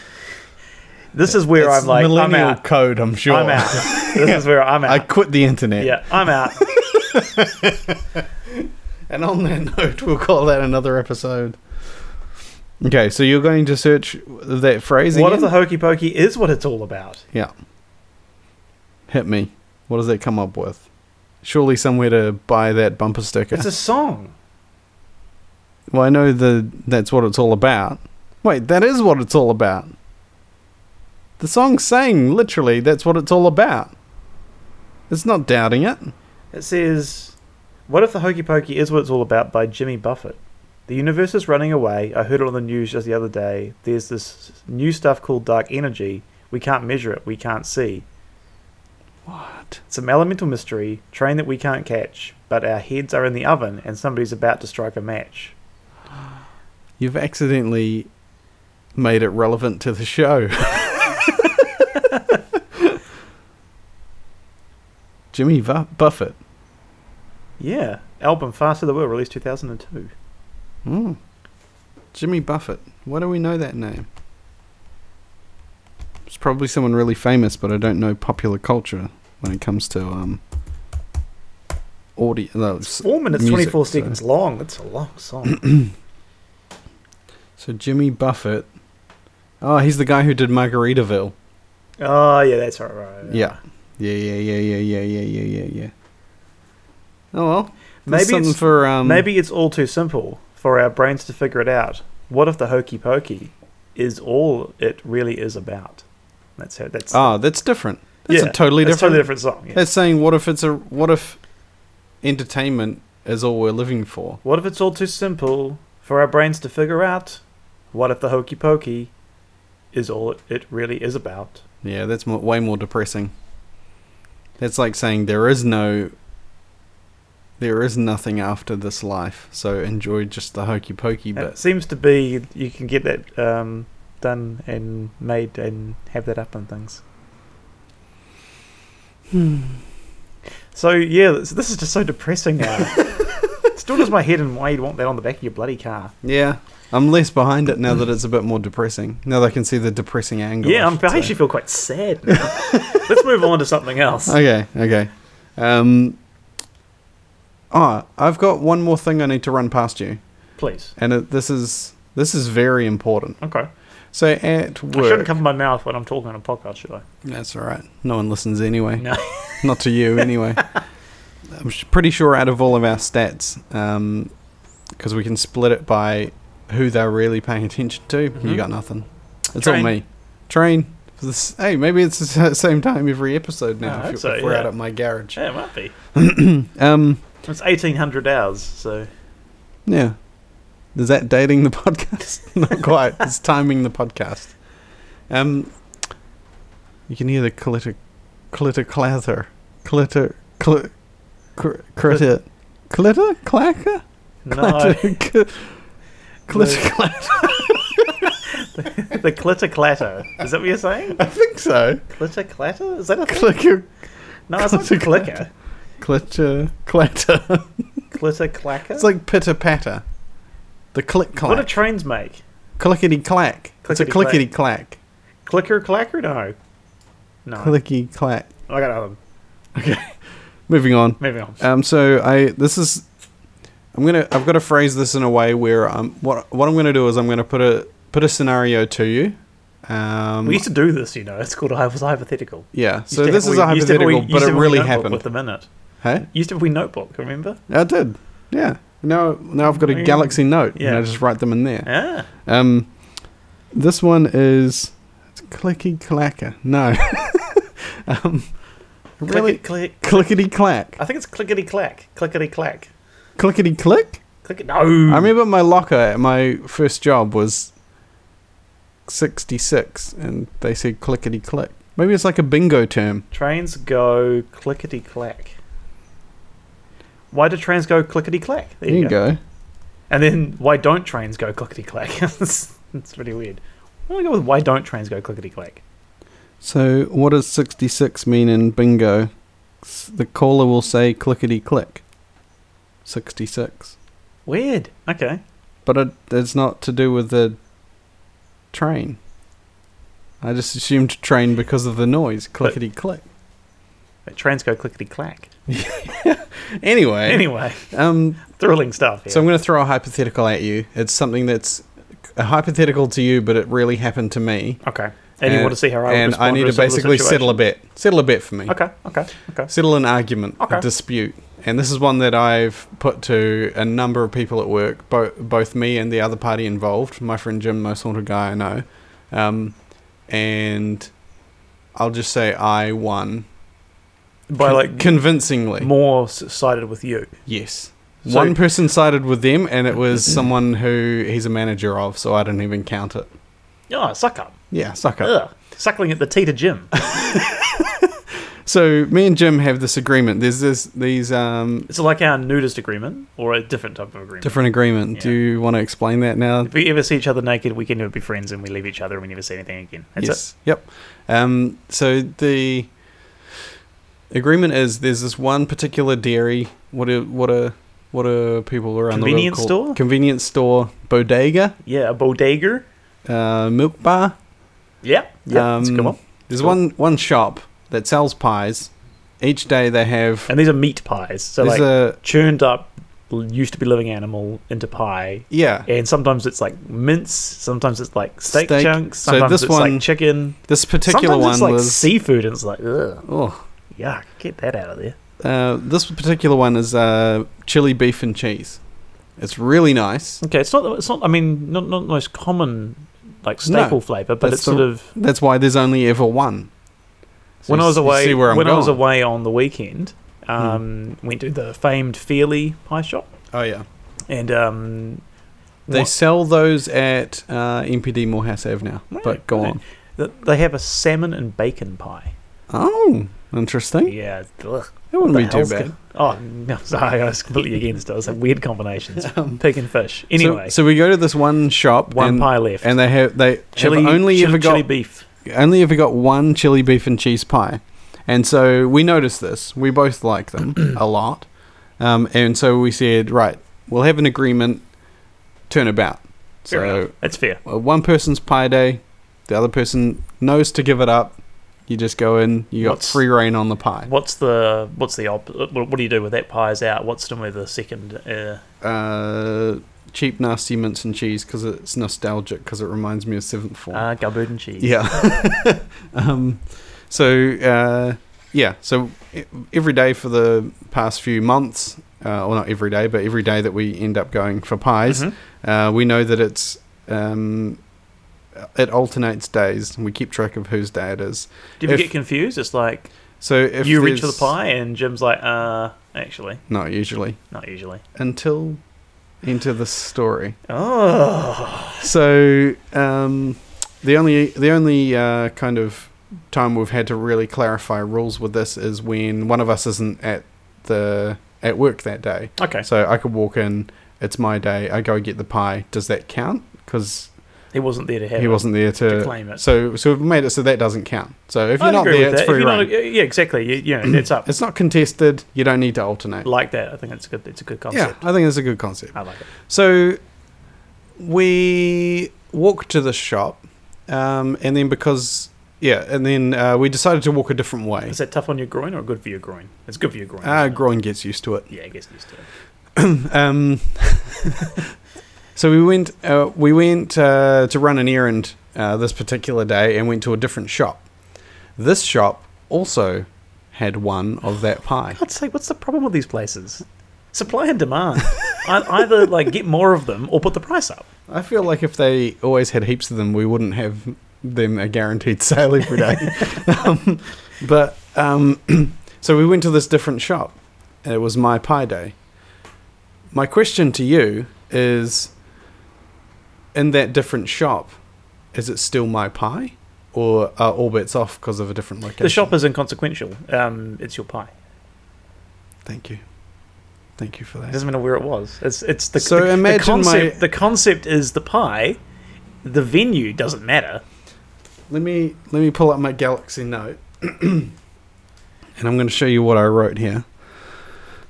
C: This is where
B: It's
C: I'm like, I'm
B: millennial
C: out.
B: code. I'm sure.
C: I'm out. this is where I'm
B: I
C: out.
B: quit the internet.
C: yeah, I'm out.
B: And on that note, we'll call that another episode. Okay, so you're going to search that phrase
C: what if
B: again?
C: the hokey pokey is what it's all about?
B: yeah. Hit me. What does that come up with? surely somewhere to buy that bumper sticker.
C: It's a song.
B: well, I know the that's what it's all about. Wait, that is what it's all about. The song's saying literally that's what it's all about. It's not doubting it.
C: It says, "What if the hokey pokey is what it's all about?" by Jimmy Buffett. The universe is running away. I heard it on the news just the other day. There's this new stuff called dark energy. We can't measure it. We can't see.
B: What?
C: It's an elemental mystery, train that we can't catch, but our heads are in the oven and somebody's about to strike a match.
B: You've accidentally made it relevant to the show. Jimmy Va- Buffett.
C: Yeah, album Faster the World released 2002. Hmm.
B: Mm. Jimmy Buffett. Why do we know that name? It's probably someone really famous, but I don't know popular culture when it comes to um audio. No, s-
C: Four minutes,
B: music,
C: 24
B: so-
C: seconds long. That's a long song.
B: So Jimmy Buffett. Oh, he's the guy who did Margaritaville.
C: oh, yeah, that's right, right. right.
B: Yeah. Yeah, yeah, yeah, yeah, yeah, yeah, yeah, yeah, yeah. Oh well.
C: Maybe
B: Maybe something
C: it's-
B: for um
C: Maybe it's all too simple for our brains to figure it out. What if the hokey pokey is all it really is about? That's how that's.
B: Ah, that's different. That's
C: yeah,
B: a totally
C: that's
B: different
C: a totally different song. yeah.
B: That's saying what if it's a what if entertainment is all we're living for?
C: What if it's all too simple for our brains to figure out? What if the hokey pokey is all it really is about?
B: Yeah, that's more, way more depressing. That's like saying there is no there is nothing after this life, so enjoy just the hokey pokey
C: And it
B: bit.
C: seems to be you can get that um, done and made and have that up on things. So yeah, this, this is just so depressing now. Still does my head in why you'd want that on the back of your bloody car.
B: Yeah. I'm less behind it now that it's a bit more depressing. Now that I can see the depressing angle.
C: yeah,
B: I
C: I'm,
B: should
C: I
B: say.
C: actually feel quite sad now. Let's move on to something else.
B: Okay, okay. Um Ah, I've got one more thing I need to run past you.
C: Please.
B: And it, this is this is very important.
C: Okay.
B: So at
C: I shouldn't
B: work,
C: cover my mouth when I'm talking on a podcast, should I?
B: that's all right. No one listens anyway.
C: No.
B: Not to you anyway. I'm sh- pretty sure out of all of our stats, because we can split it by who they're really paying attention to. You got nothing. It's all
C: Mm-hmm. Train.
B: me. Train. For this- Hey, maybe it's the s- same time every episode
C: I
B: now.
C: hope
B: if, you-
C: so,
B: if we're out
C: Oh, yeah.
B: at my garage.
C: Yeah, it might be.
B: Um,
C: It's 1800 hours, so.
B: yeah. Is that dating the podcast? Not quite. it's timing the podcast. Um, you can hear the clitter, clitter clatter, clitter, clitter, clitter, clitter, clacker,
C: No.
B: clitter, clitter clatter.
C: the clitter clatter. Is that what you're saying?
B: I think so.
C: Clitter clatter? Is that a thing?
B: Clicker,
C: No, it's not
B: clitter
C: clicker.
B: clitter, clatter.
C: Clitter clacker?
B: It's like pitter patter. The click
C: what do
B: clack,
C: trains make?
B: clickety clack. It's a clickety clack,
C: Clicker clacker? No. No.
B: clicky clack.
C: I got another. one.
B: Moving on.
C: Moving on.
B: Um, so I this is I'm gonna I've got to phrase this in a way where um what what I'm gonna do is I'm gonna put a put a scenario to you. Um,
C: We used to do this, you know. It's called I was hypothetical.
B: yeah.
C: Used
B: So
C: to
B: this
C: have-
B: is a
C: we- used to have- we-
B: hypothetical,
C: used
B: but
C: to
B: it
C: have a
B: really
C: notebook
B: happened.
C: With them in it.
B: Hey,
C: Used to be notebook, remember?
B: I did. Yeah. Now now I've got a
C: Yeah.
B: Galaxy Note, and I
C: Yeah.
B: just write them in there.
C: Yeah.
B: Um, this one is it's clicky clacker. No. um, really
C: Click, click.
B: clickety clack,
C: I think it's clickety clack. Clickety clack.
B: clickety click.
C: Click. No. I
B: I remember my locker at my first job was 66, and they said clickety click. Maybe it's like a bingo term.
C: Trains go clickety clack. Why do trains go clickety clack?
B: There you go.
C: And then why don't trains go clickety clack? That's that's pretty weird. I'm gonna go with why don't trains go clickety clack?
B: So, what does 66 mean in bingo? S- The caller will say clickety click. 66.
C: Weird. Okay.
B: But it, it's not to do with the train. I just assumed train because of the noise. Clickety click.
C: But trains go clickety clack.
B: Anyway.
C: Anyway,
B: Um,
C: thrilling stuff. Here.
B: So I'm going to throw a hypothetical at you. It's something that's a hypothetical to you, but it really happened to me.
C: okay. And, you want to see how I would
B: and
C: respond
B: I need
C: to,
B: to basically settle a
C: bit.
B: bet. Settle a bet for me.
C: Okay, okay, okay.
B: Settle an argument,
C: Okay.
B: a dispute. And this is one that I've put to a number of people at work, bo- both me and the other party involved, my friend Jim, most haunted guy I know. Um, and I'll just say I won.
C: By
B: Con-
C: like
B: convincingly.
C: more s- sided with you.
B: Yes.
C: So- Mm-hmm.
B: One person sided with them, and it was someone who he's a manager of, so I didn't even count it.
C: Oh, suck up.
B: Yeah, suck up.
C: Ugh. Suckling at the teeter gym.
B: So me and Jim have this agreement. There's this these um,
C: It's like our nudist agreement or a different type of agreement.
B: different agreement. Do
C: Yeah.
B: you want to explain that now?
C: If we ever see each other naked, we can never be friends and we leave each other and we never see anything again. That's
B: yes. Yep. Um, so the agreement is there's this one particular dairy. What a what a what are people around
C: Convenience
B: the world
C: store?
B: called? Convenience store, bodega,
C: it. Yeah, a bodega.
B: uh, milk bar.
C: Yeah, yeah, that's a good
B: Um,
C: one.
B: There's
C: Cool.
B: one one shop that sells pies. Each day they have
C: And these are meat pies. So
B: there's
C: like
B: a
C: churned up, l- used to be living animal into pie.
B: yeah.
C: And sometimes it's like mince. Sometimes it's like steak,
B: Steak.
C: chunks.
B: So
C: Sometimes
B: this
C: it's
B: one-
C: like chicken.
B: This particular
C: sometimes
B: one
C: it's like
B: was
C: seafood, and it's like, ugh,
B: oh
C: yuck, get that out of there.
B: Uh, this particular one is uh, chili beef and cheese. It's really nice.
C: Okay, it's not. It's not. I mean, not not the most common like staple flavor, but
B: that's
C: it's sort
B: the-
C: of.
B: That's why there's only ever one. So
C: when
B: you
C: I was
B: s- you
C: away,
B: see where I'm
C: when I was
B: going. Hmm.
C: away on the weekend, um, went to the famed Fairley Pie Shop,
B: Oh yeah,
C: and um,
B: they
C: what-
B: sell those at uh, MPD Morehouse Ave now.
C: Right,
B: But go
C: right.
B: on.
C: th- they have a salmon and bacon pie.
B: Oh, interesting.
C: Yeah, ugh,
B: That wouldn't
C: the
B: be too
C: hell's
B: bad.
C: go- oh no, sorry, I was completely against it. I was like weird combinations, pig and fish.
B: So-
C: Anyway,
B: so, we go to this one shop,
C: one
B: and,
C: pie left,
B: and they have they
C: chili,
B: have only
C: chili,
B: ever got
C: chili beef.
B: only ever got one chili beef and cheese pie, and so we noticed this. We both like them a lot, um, and so we said, right, we'll have an agreement. Turn about.
C: Fair
B: so
C: enough. That's fair.
B: uh, one person's pie day, the other person knows to give it up. You just go in. You got
C: What's-
B: free reign on the pie.
C: What's the what's the op- what, what do you do with that pie's out? What's done with the second? Uh,
B: Uh, cheap nasty mince and cheese because it's nostalgic because it reminds me of seventh form.
C: uh, gumboot and cheese.
B: Yeah. um, so uh, yeah, so e- every day for the past few months, uh, well not every day, but every day that we end up going for pies,
C: Mhm.
B: uh, we know that it's um, it alternates days, and we keep track of whose day it is.
C: Did you
B: If-
C: get confused? It's like
B: So if
C: you reach for the
B: there's-
C: pie and Jim's like, uh, actually,
B: not usually
C: not usually.
B: until into the story.
C: Oh,
B: So um, the only the only uh, kind of time we've had to really clarify rules with this is when one of us isn't at the at work that day.
C: okay.
B: So I could walk in. It's my day. I go get the pie. Does that count? Because
C: He wasn't there to have.
B: he
C: it.
B: wasn't there to,
C: to claim it.
B: So so we've made it so that doesn't count. So if you're
C: I'd
B: not
C: agree
B: there,
C: with
B: it's
C: that.
B: free
C: if you're
B: reign.
C: not, yeah, exactly. You, you know, it's up
B: it's not contested. You don't need to alternate.
C: like that. I think it's a good. It's a good
B: yeah,
C: concept.
B: I think that's a good concept.
C: I like it.
B: So we walked to the shop, um, and then because yeah, and then uh, we decided to walk a different way.
C: Is that tough on your groin or good for your groin? It's good for your groin.
B: Ah,
C: isn't it?
B: groin gets used to it.
C: Yeah, I guess used to it.
B: Um, so we went uh, we went uh, to run an errand uh, this particular day, and went to a different shop. This shop also had one of that pie.
C: I'd say, what's the problem with these places? Supply and demand. I either like get more of them or put the price up.
B: I feel like if they always had heaps of them, we wouldn't have them a guaranteed sale every day. um, but um, so we went to this different shop, and it was my pie day. My question to you is: In that different shop, is it still my pie, or are all bets off because of a different location?
C: The shop is inconsequential. Um, it's your pie.
B: Thank you, thank you for
C: It
B: that.
C: doesn't matter where it was. It's it's the
B: So
C: the- the,
B: imagine
C: concept.
B: my-
C: The concept is the pie. The venue doesn't matter.
B: Let me let me pull up my Galaxy Note, and I'm going to show you what I wrote here.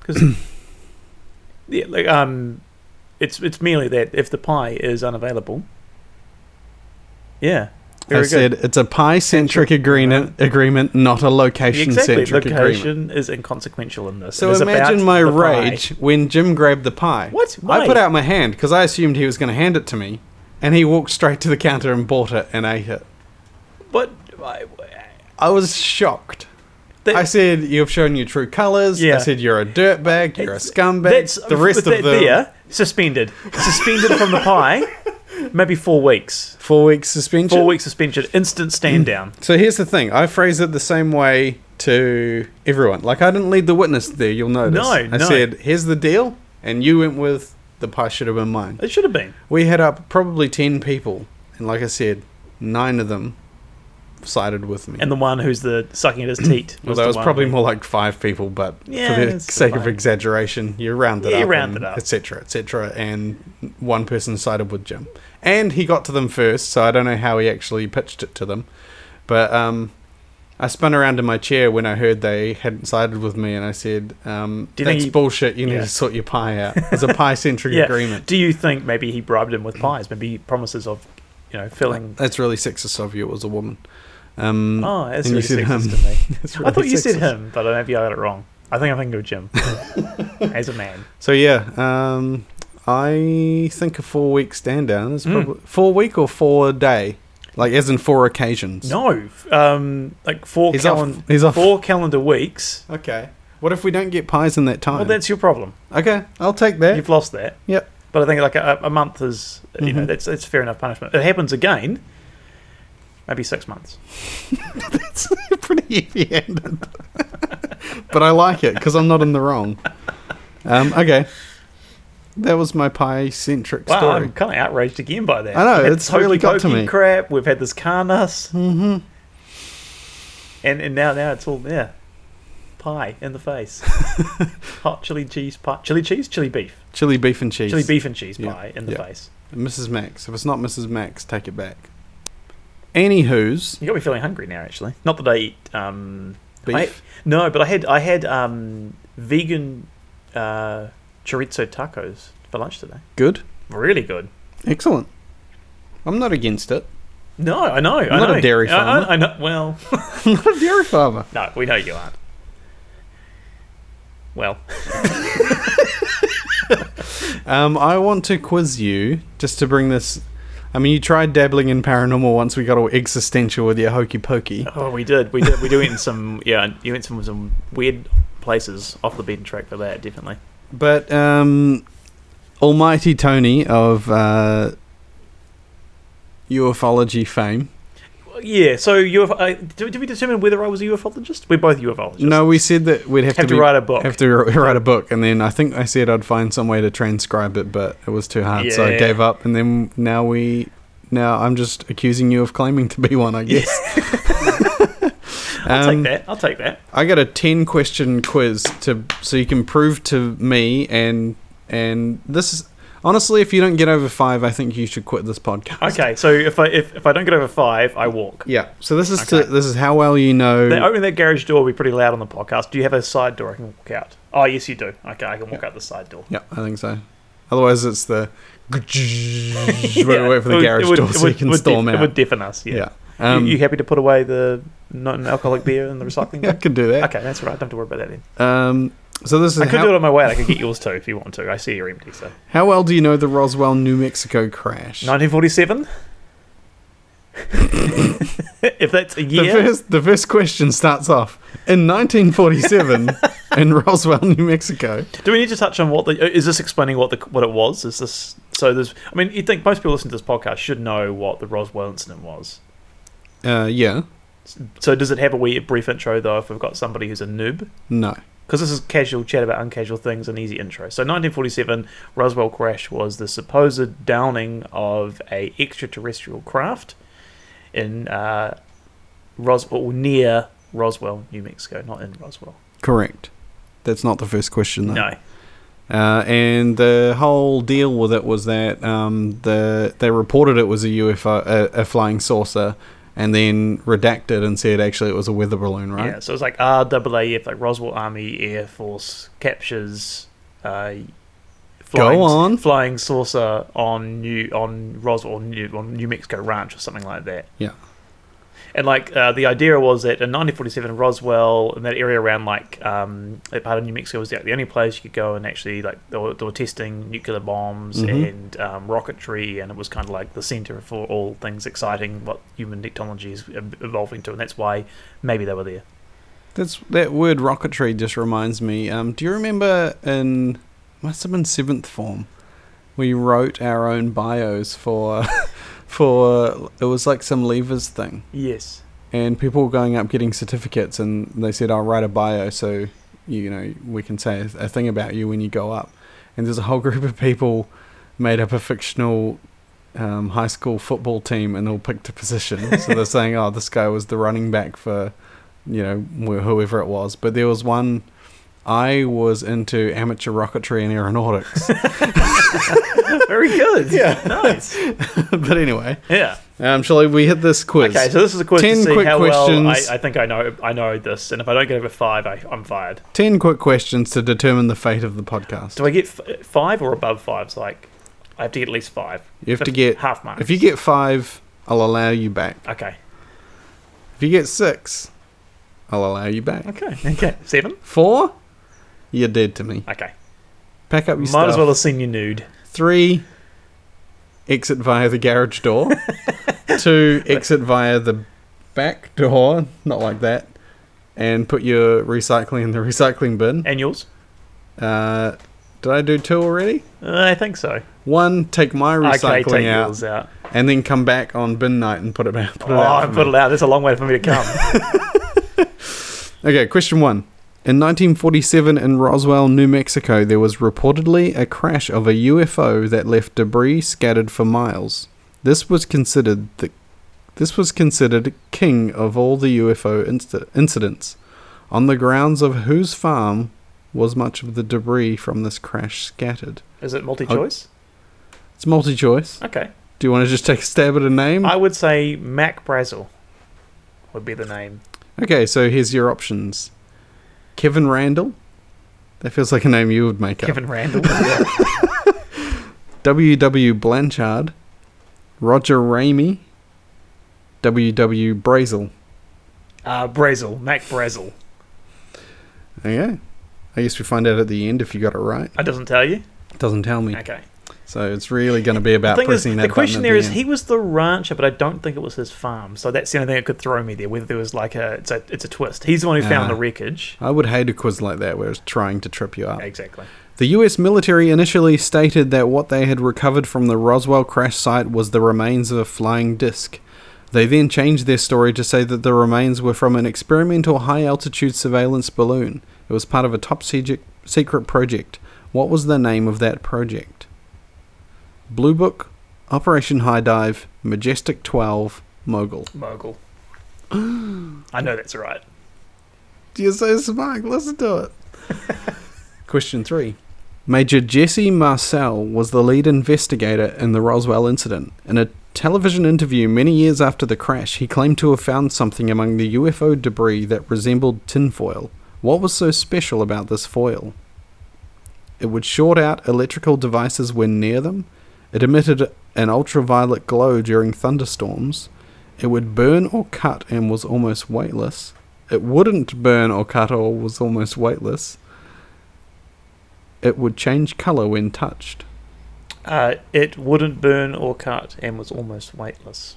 C: because yeah, like um, it's it's merely that if the pie is unavailable, yeah, very
B: I
C: good.
B: said it's a pie-centric agreement, agreement, not a
C: Yeah,
B: location-centric
C: exactly.
B: agreement.
C: Location is inconsequential in this.
B: So
C: It is about
B: imagine my
C: the pie.
B: rage when Jim grabbed the pie.
C: What?
B: I
C: Why?
B: put out my hand because I assumed he was going to hand it to me, and he walked straight to the counter and bought it and ate it.
C: What? I,
B: I was shocked.
C: that-
B: I said you've shown your true colours. I
C: Yeah.
B: said you're a dirtbag. You're a scumbag.
C: that's
B: the rest
C: that
B: of them
C: there, suspended, suspended from the pie. Maybe four weeks.
B: four weeks suspension.
C: Four week suspension, instant
B: Mm.
C: stand down.
B: So here's the thing. I phrase it the same way to everyone. Like I didn't lead the witness there. You'll notice.
C: No,
B: I
C: no.
B: said here's the deal, and you went with the pie should have been mine.
C: It should have been.
B: We had up probably ten people, and like I said, nine of them sided with me.
C: And the one who's the sucking at his teat. Was
B: Although
C: the
B: it was
C: one
B: probably
C: who-
B: more like five people, but
C: Yeah,
B: for the
C: it's
B: sake of
C: fine.
B: exaggeration, you round it
C: Yeah, you
B: up,
C: round
B: and
C: it up.
B: et cetera, et cetera, and one person sided with Jim, and he got to them first, so I don't know how he actually pitched it to them, but um, I spun around in my chair when I heard they hadn't sided with me, and I said, um,
C: Do you think
B: "That's
C: he-
B: bullshit. You need
C: Yeah.
B: to sort your pie out. It's a pie-centric
C: Yeah.
B: agreement.
C: Do you think maybe he bribed him with pies? Maybe promises of, you know, filling.
B: That's really sexist of you as a woman." Um,
C: Oh, that's
B: and you
C: really
B: said
C: sexist
B: him.
C: of me.
B: That's
C: I thought
B: really
C: you said um,
B: sexist.
C: him, but maybe I got it wrong. I think I'm thinking of Jim. As a man.
B: So yeah, um, I think a four week stand down is
C: Mm.
B: probably four week or four day, like as in four occasions.
C: No, um, like four
B: He's off-
C: calendar
B: he's off.
C: four calendar weeks.
B: Okay. What if we don't get pies in that time?
C: Well, that's your problem.
B: okay, I'll take that.
C: You've lost that.
B: yep.
C: But I think like a, a month is you know
B: Mhm.
C: that's that's fair enough punishment. It happens again. Maybe six months.
B: That's pretty heavy handed. but I like it because I'm not in the wrong. Um, okay. That was my pie centric
C: Wow,
B: story.
C: I'm kind of outraged again by that.
B: I know,
C: We've had
B: it's
C: this hokey
B: really got to
C: pokey
B: me.
C: Crap, we've had this carnus. Mm-hmm. And and now now it's all there, pie in the face, hot chili cheese pie, chili cheese, chili beef,
B: Chili beef and cheese.
C: chili beef and cheese
B: Yeah,
C: pie in the
B: yeah.
C: face.
B: Mrs. Max. If it's not Mrs. Max, take it back. Anywho's.
C: You got me feeling hungry now. Actually, not that I eat um,
B: Beef?
C: I- no, but I had I had um, vegan uh, chorizo tacos for lunch today.
B: Good.
C: Really good.
B: Excellent. I'm not against it.
C: No, I know. i
B: Not a
C: know.
B: dairy
C: I- I-
B: farmer.
C: I know. Well,
B: I'm not a dairy farmer.
C: no, we know you aren't. Well,
B: Um, I want to quiz you just to bring this. I mean, you tried dabbling in paranormal once we got all existential with your hokey pokey.
C: oh, we did, we did, we do went in some yeah, you went some some weird places off the beaten track for that definitely.
B: But um, Almighty Tony of uh, ufology fame.
C: Well, Yeah, so you uh, did, did we determine whether I was a ufologist? We're both ufologists.
B: No, we said that we'd have,
C: have to
B: be-
C: write a book.
B: Have to ri- write a book, and then I think I said I'd find some way to transcribe it, but it was too hard, so I
C: Yeah.
B: gave up. And then now we, now I'm just accusing you of claiming to be one, I guess.
C: I'll
B: um,
C: take that. I'll take that.
B: I got a ten question quiz to so you can prove to me and and this is honestly, if you don't get over five, I think you should quit this podcast.
C: Okay, so if I if, if I don't get over five, I walk.
B: Yeah. So this is to
C: Okay.
B: this is how well you know.
C: Then opening that garage door will be pretty loud on the podcast. Do you have a side door I can walk out? Oh, yes, you do. Okay, I can walk out the side door.
B: yeah, I think so. Otherwise, it's the right away for
C: It
B: the
C: would-
B: garage
C: it would-
B: door
C: it
B: so
C: would-
B: you can
C: would
B: storm
C: deaf- It would
B: out.
C: deafen us. Yeah.
B: yeah.
C: You-
B: Um,
C: you, happy to put away the non-alcoholic beer and the recycling?
B: yeah, I
C: bin?
B: could do that.
C: Okay, that's all right. Don't have to worry about that then.
B: Um, so this is
C: I could
B: how,
C: do it on my way. and I could get yours too if you want to. I see you're empty. So
B: how well do you know the Roswell, New Mexico crash?
C: 1947. if that's a
B: The
C: year,
B: first the first question starts off in 1947 in Roswell, New Mexico.
C: Do we need to touch on what the is this explaining what the what it was? Is this so? There's I mean, you think most people listening to this podcast should know what the Roswell incident was.
B: Uh, yeah,
C: So does it have a wee brief intro though? If we've got somebody who's a noob,
B: no,
C: because this is casual chat about uncasual things, an easy intro. So 1947 Roswell crash was the supposed downing of a extraterrestrial craft in uh, Roswell near Roswell, New Mexico, not in Roswell.
B: correct. That's not the first question though.
C: No,
B: Uh, and the whole deal with it was that um, the they reported it was a UFO, a, a flying saucer, and then redacted and said actually it was a weather balloon, right?
C: Yeah, so it's like RAAF, like Roswell Army Air Force captures uh, flying,
B: on.
C: flying saucer on New on Roswell New on New Mexico Ranch or something like that.
B: Yeah.
C: And like uh, the idea was that in 1947, Roswell and that area around like um, that part of New Mexico was like, the only place you could go and actually like they were, they were testing nuclear bombs
B: Mm-hmm.
C: and um, rocketry, and it was kind of like the center for all things exciting, what human technology is ev- evolving to, and that's why maybe they were there.
B: That's that word rocketry just reminds me. Um, do you remember in must have been seventh form, we wrote our own bios for for it was like some levers thing,
C: Yes.
B: and people were going up getting certificates, and they said, "I'll write a bio so you know we can say a, a thing about you when you go up." And there's a whole group of people made up a fictional. Um, high school football team and all picked a position so they're saying oh this guy was the running back for you know wh- whoever it was but there was one i was into amateur rocketry and aeronautics
C: Very good.
B: Yeah.
C: Nice.
B: but anyway
C: Yeah.
B: um shall I, we hit this quiz
C: Okay, so this is a quiz
B: 10
C: to see
B: quick
C: how
B: questions
C: well I, I think I know I know this, and if I don't get over five, I, I'm fired.
B: 10 quick questions to determine the fate of the podcast
C: Do I get f- five or above fives? Like, I have to get at least five.
B: you have to
C: Fif-
B: get
C: half marks.
B: if you get five i'll allow you back
C: okay,
B: if you get six i'll allow you back
C: okay, okay, seven.
B: four you're dead to me
C: Okay,
B: pack up your
C: might
B: stuff
C: as well have seen you nude.
B: three exit via the garage door two exit via the back door not like that and put your recycling in the recycling bin
C: And yours?
B: uh, did i do two already
C: Uh, I think so.
B: one take my
C: Okay,
B: recycling
C: take
B: out
C: yours out.
B: and then come back on bin night and put it back put it
C: oh,
B: out
C: I
B: for
C: put
B: me.
C: it out. That's a long way for me to come.
B: okay question one in 1947 in Roswell, New Mexico, there was reportedly a crash of a UFO that left debris scattered for miles. This was considered the This was considered king of all the UFO inci- incidents. On the grounds of whose farm was much of the debris from this crash scattered?
C: Is it multi-choice?
B: It's multi choice.
C: Okay,
B: Do you want to just take a stab at a name?
C: I would say Mac Brazel would be the name.
B: Okay, so here's your options Kevin Randall. That feels like a name you would make up.
C: Kevin Randall. Yeah.
B: W.W. Blanchard. Roger Ramey. W.W. Brazel.
C: uh, Brazel, Mac Brazel.
B: Okay. I guess we find out at the end if you got it right.
C: That doesn't tell you.
B: Doesn't tell me.
C: Okay.
B: So it's really going to be about
C: The thing is,
B: pressing that
C: the question
B: button at
C: there is,
B: end.
C: he was the rancher, but I don't think it was his farm. So that's the only thing that could throw me there. Whether there was like a, it's a, it's a twist. He's the one who
B: Ah.
C: found the wreckage.
B: I would hate a quiz like that where it's trying to trip you up.
C: Exactly.
B: The US military initially stated that what they had recovered from the Roswell crash site was the remains of a flying disc. They then changed their story to say that the remains were from an experimental high altitude surveillance balloon. It was part of a top sege- secret project. What was the name of that project? Blue Book, Operation High Dive, Majestic 12, Mogul.
C: Mogul. I know that's right.
B: You're so smart. Listen to it. Question three. Major Jesse Marcel was the lead investigator in the Roswell incident. In a television interview many years after the crash, he claimed to have found something among the UFO debris that resembled tinfoil. What was so special about this foil? It would short out electrical devices when near them. It emitted an ultraviolet glow during thunderstorms. It would burn or cut and was almost weightless. It wouldn't burn or cut or was almost weightless. It would change color when touched.
C: Uh, it wouldn't burn or cut and was almost weightless.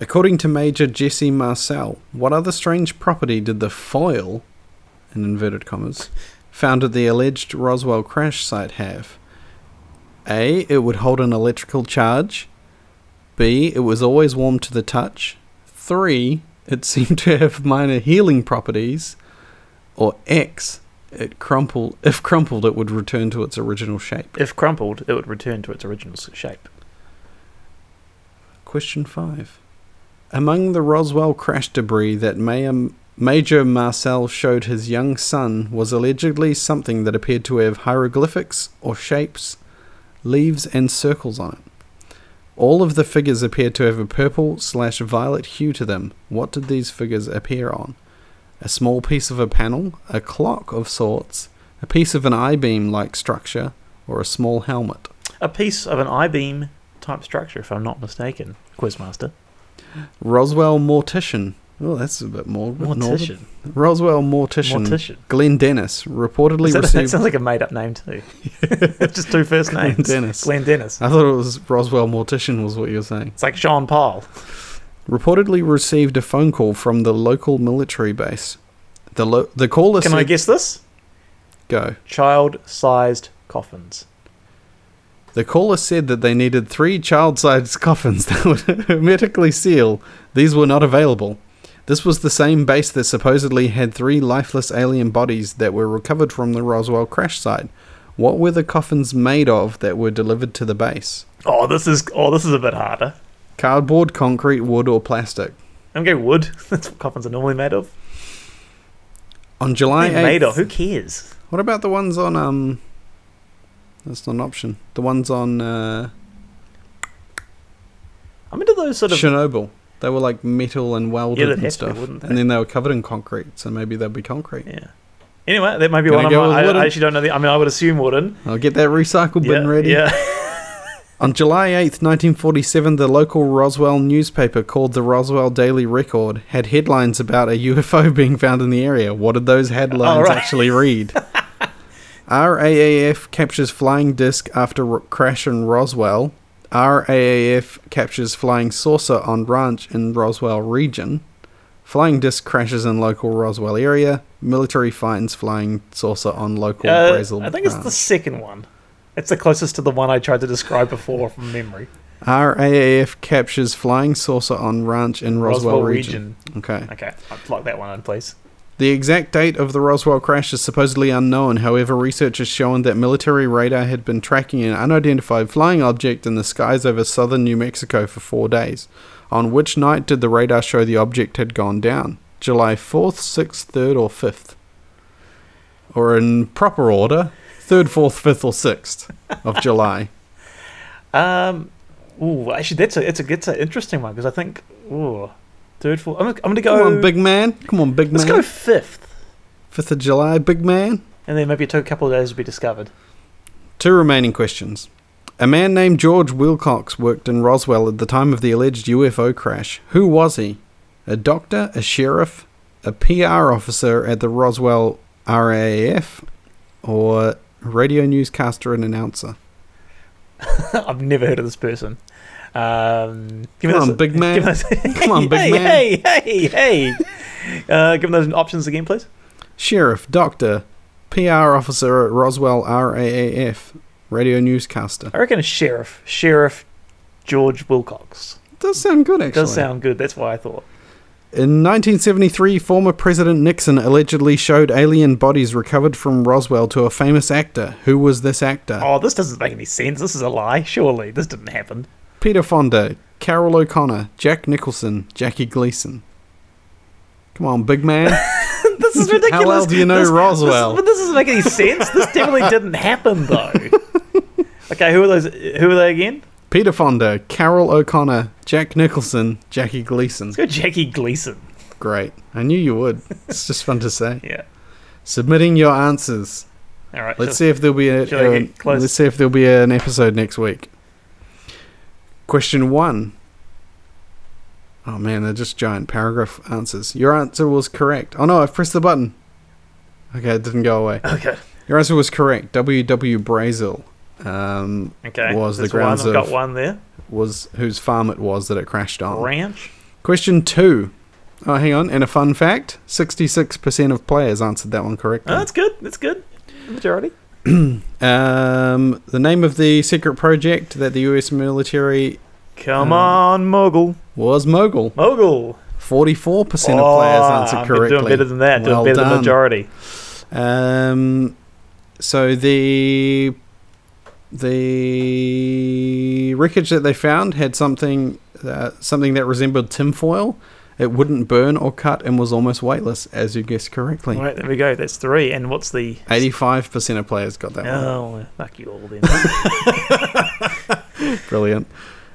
B: According to Major Jesse Marcel, what other strange property did the foil, in inverted commas, found at the alleged Roswell crash site have? A. It would hold an electrical charge. B. It was always warm to the touch. 3. It seemed to have minor healing properties. Or X. It crumpled. If crumpled, it would return to its original shape.
C: If crumpled, it would return to its original s- shape.
B: Question 5. Among the Roswell crash debris that Mayor, Major Marcel showed his young son was allegedly something that appeared to have hieroglyphics or shapes, leaves, and circles on it. All of the figures appeared to have a purple slash violet hue to them. What did these figures appear on? A small piece of a panel, a clock of sorts, a piece of an I beam like structure, or a small helmet.
C: A piece of an I-beam type structure, if I'm not mistaken, Quizmaster.
B: Roswell Mortician. Oh, that's a bit more northern.
C: Mortician.
B: Roswell Mortician.
C: Mortician.
B: Glenn Dennis reportedly
C: Is that, that
B: received.
C: sounds like a made up name, too. Just two first names.
B: Dennis.
C: Glenn Dennis.
B: I thought it was Roswell Mortician was what you were saying.
C: It's like Sean Paul.
B: Reportedly received a phone call from the local military base. The lo- the caller
C: Can
B: said,
C: I guess this?
B: "Go."
C: Child sized coffins.
B: The caller said that they needed three child-sized coffins that would hermetically seal. These were not available. This was the same base that supposedly had three lifeless alien bodies that were recovered from the Roswell crash site. What were the coffins made of that were delivered to the base?
C: Oh, this is oh, this is a bit harder.
B: Cardboard, concrete, wood, or plastic?
C: I'm going wood. That's what coffins are normally made of.
B: On July
C: They're
B: 8th,
C: made of. Who cares?
B: What about the ones on um? That's not an option. The ones on uh,
C: I'm into those sort of.
B: Chernobyl. They were like metal and welded
C: Yeah, they'd
B: and
C: have to be,
B: stuff,
C: wouldn't
B: and
C: they?
B: then they were covered in concrete. So maybe they'd be concrete.
C: Yeah. Anyway, that might be
B: Gonna
C: one. I'm,
B: go with
C: I,
B: wooden.
C: I actually don't know. The, I mean, I would assume wooden.
B: I'll get that recycle bin
C: yeah,
B: ready.
C: Yeah.
B: On July 8th, 1947, the local Roswell newspaper called the Roswell Daily Record had headlines about a UFO being found in the area. What did those headlines
C: right.
B: actually read? RAAF captures flying disc after r- crash in Roswell. RAAF captures flying saucer on ranch in Roswell region. Flying disc crashes in local Roswell area. Military finds flying saucer on local
C: Uh,
B: Brazil.
C: I think it's the
B: ranch.
C: second one. It's the closest to the one I tried to describe before from memory.
B: RAAF captures flying saucer on ranch in Roswell,
C: Roswell
B: region. Okay.
C: Okay, I'd lock that one in, please.
B: The exact date of the Roswell crash is supposedly unknown. However, research has shown that military radar had been tracking an unidentified flying object in the skies over southern New Mexico for four days. On which night did the radar show the object had gone down? July 4th, 6th, 3rd, or 5th? Or in proper order, 3rd, 4th, 5th, or 6th of July.
C: Um, ooh, actually, that's a it's a it's an interesting one because I think ooh, third, fourth. I'm, I'm gonna go.
B: Come on, big man. Come on, big
C: let's
B: man.
C: go fifth,
B: 5th of July, big man.
C: and then maybe it took a couple of days to be discovered.
B: Two remaining questions. A man named George Wilcox worked in Roswell at the time of the alleged UFO crash. Who was he? A doctor, a sheriff, a PR officer at the Roswell RAAF, or a radio newscaster and announcer?
C: I've never heard of this person. Um, give
B: Come
C: those-
B: on, big
C: give
B: man.
C: those-
B: Come on, big
C: hey,
B: man.
C: Hey, hey, hey. uh, give me those options again, please.
B: Sheriff, doctor, PR officer at Roswell RAAF, radio newscaster.
C: I reckon a sheriff, sheriff George Wilcox.
B: Does sound good, actually.
C: Does sound good. That's why I thought.
B: In 1973, former President Nixon allegedly showed alien bodies recovered from Roswell to a famous actor. Who was this actor?
C: Oh, this doesn't make any sense. This is a lie. Surely this didn't happen.
B: Peter Fonda, Carol O'Connor, Jack Nicholson, Jackie Gleason. Come on, big man.
C: This is ridiculous.
B: well do you know
C: This-
B: Roswell?
C: This, but this doesn't make any sense. This definitely didn't happen, though. Okay, who are those? Who are they again?
B: Peter Fonda, Carol O'Connor, Jack Nicholson, Jackie Gleason.
C: Let's go, Jackie Gleason.
B: Great. I knew you would. It's just fun to say.
C: Yeah.
B: Submitting your answers.
C: All right.
B: Let's
C: so-
B: see if there'll be a,
C: shall I
B: a-
C: get close?
B: let's see if there'll be an episode next week. Question one. Oh man, they're just giant paragraph answers. Your answer was correct. Oh no, I've pressed the button. Okay, it didn't go away.
C: Okay.
B: Your answer was correct. W.W. Brazil um,
C: Okay.
B: was the
C: that's one.
B: grounds
C: I've got
B: of Oh.
C: one there.
B: was whose farm it was that it crashed on.
C: Ranch.
B: Question two. Oh, hang on. And a fun fact: sixty-six percent of players answered that one correctly.
C: Oh, that's good. That's good. Majority.
B: Um, the name of the secret project that the U.S. military
C: Come
B: Uh,
C: on, Mogul.
B: was Mogul.
C: Mogul.
B: Forty-four percent
C: Oh,
B: of players answered
C: I'm
B: correctly.
C: Doing better than that. Doing
B: Well
C: better than
B: done.
C: majority.
B: Um, so the the wreckage that they found had something uh, something that resembled tinfoil. It wouldn't burn or cut and was almost weightless, as you guessed correctly.
C: All right, there we go. That's three. And what's the?
B: Eighty-five percent of players got that one.
C: Oh, fuck you all then.
B: Brilliant.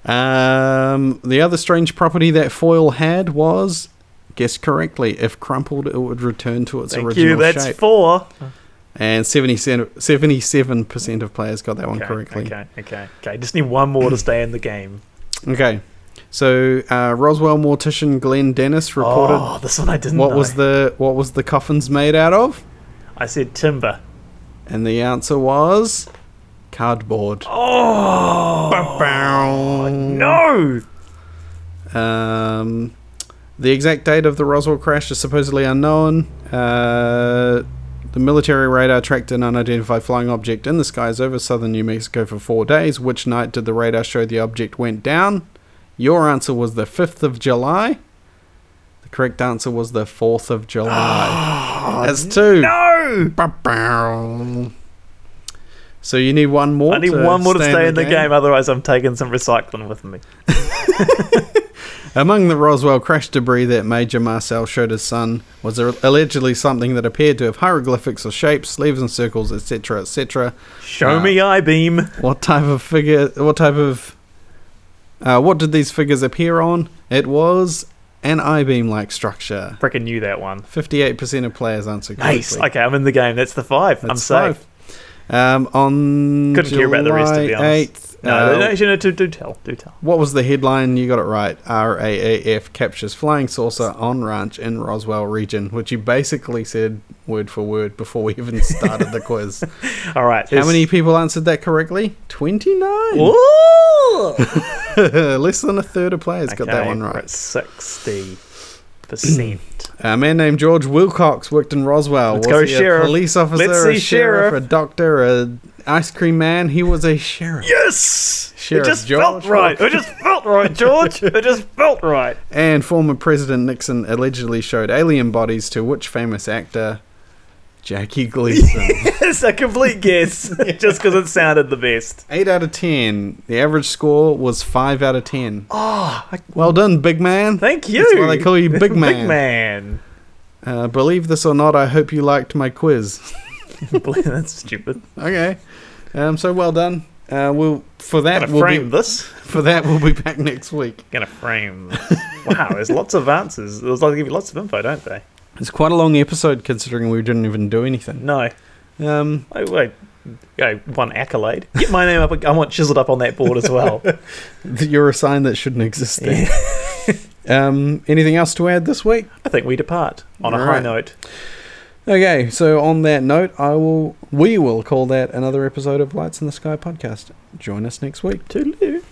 B: Um, the other strange property that foil had was, guess correctly, if crumpled, it would return to its
C: Thank you.
B: original
C: That's
B: shape.
C: four.
B: and 77 percent of players got that one
C: okay,
B: correctly.
C: Okay, okay, okay. Just need one more to stay in the game.
B: Okay. So uh, Roswell mortician Glenn Dennis reported
C: oh, this one I didn't.
B: what
C: know.
B: was the what was the coffins made out of,
C: I said timber.
B: and the answer was cardboard.
C: Oh no!
B: Um, the exact date of the Roswell crash is supposedly unknown. Uh, the military radar tracked an unidentified flying object in the skies over southern New Mexico for four days. Which night did the radar show the object went down? Your answer was the 5th of July. The correct answer was the 4th of July. That's two.
C: No!
B: Bow, bow. So you need one more.
C: I need
B: to
C: one more to stay in the game. otherwise I'm taking some recycling with me.
B: Among the Roswell crash debris that Major Marcel showed his son was a- allegedly something that appeared to have hieroglyphics or shapes, sleeves and circles, etc., etc.
C: Show
B: Ah.
C: me I beam.
B: What type of figure? What type of? Uh, what did these figures appear on? It was an I-beam-like structure.
C: Freaking knew that one.
B: Fifty-eight percent of players answered correctly.
C: Nice. Okay, I'm in the game. That's the five. I'm
B: That's
C: safe.
B: five. Um, on
C: Couldn't care about the rest, to be
B: July
C: honest.
B: 8th,
C: No,
B: uh,
C: no, actually, no, do, do tell. Do tell.
B: What was the headline? You got it right. RAAF captures flying saucer on ranch in Roswell region, which you basically said word for word before we even started the quiz.
C: All right.
B: How
C: it's-
B: many people answered that correctly? 29.
C: Ooh!
B: Less than a third of players got that
C: Okay,
B: one
C: we're
B: right.
C: at 60%.
B: A man named George Wilcox worked in Roswell.
C: Let's
B: was
C: go,
B: he
C: sheriff.
B: a police officer,
C: Let's
B: a
C: see,
B: sheriff,
C: sheriff.
B: a doctor, a ice cream man? He was a sheriff.
C: yes!
B: Sheriff
C: it just
B: George
C: felt right. It just felt right, George. it just felt right.
B: And former President Nixon allegedly showed alien bodies to which famous actor? Jackie Gleason.
C: It's a complete guess, just because it sounded the best.
B: 8 out of 10. The average score was 5 out of 10.
C: Oh, I-
B: Well done, big man.
C: thank you.
B: That's why they call you Big Man.
C: Big man.
B: Uh, believe this or not, I hope you liked my quiz.
C: That's stupid.
B: okay. Um, so well done. Uh, we'll for
C: Gotta
B: that we'll
C: frame
B: be,
C: this.
B: for that we'll be back next week.
C: Gonna frame. this. wow, there's lots of answers. There's like give you lots of info, don't they?
B: It's quite a long episode considering we didn't even do anything.
C: No.
B: Um,
C: I, I, I one accolade. Get my name up. I want chiseled up on that board as well.
B: th- you're a sign that shouldn't exist. Then. um, anything else to add this week?
C: I think we depart on a
B: All
C: high
B: right.
C: note.
B: Okay, so on that note, I will we will call that another episode of Lights in the Sky podcast. Join us next week.
C: Toodaloo.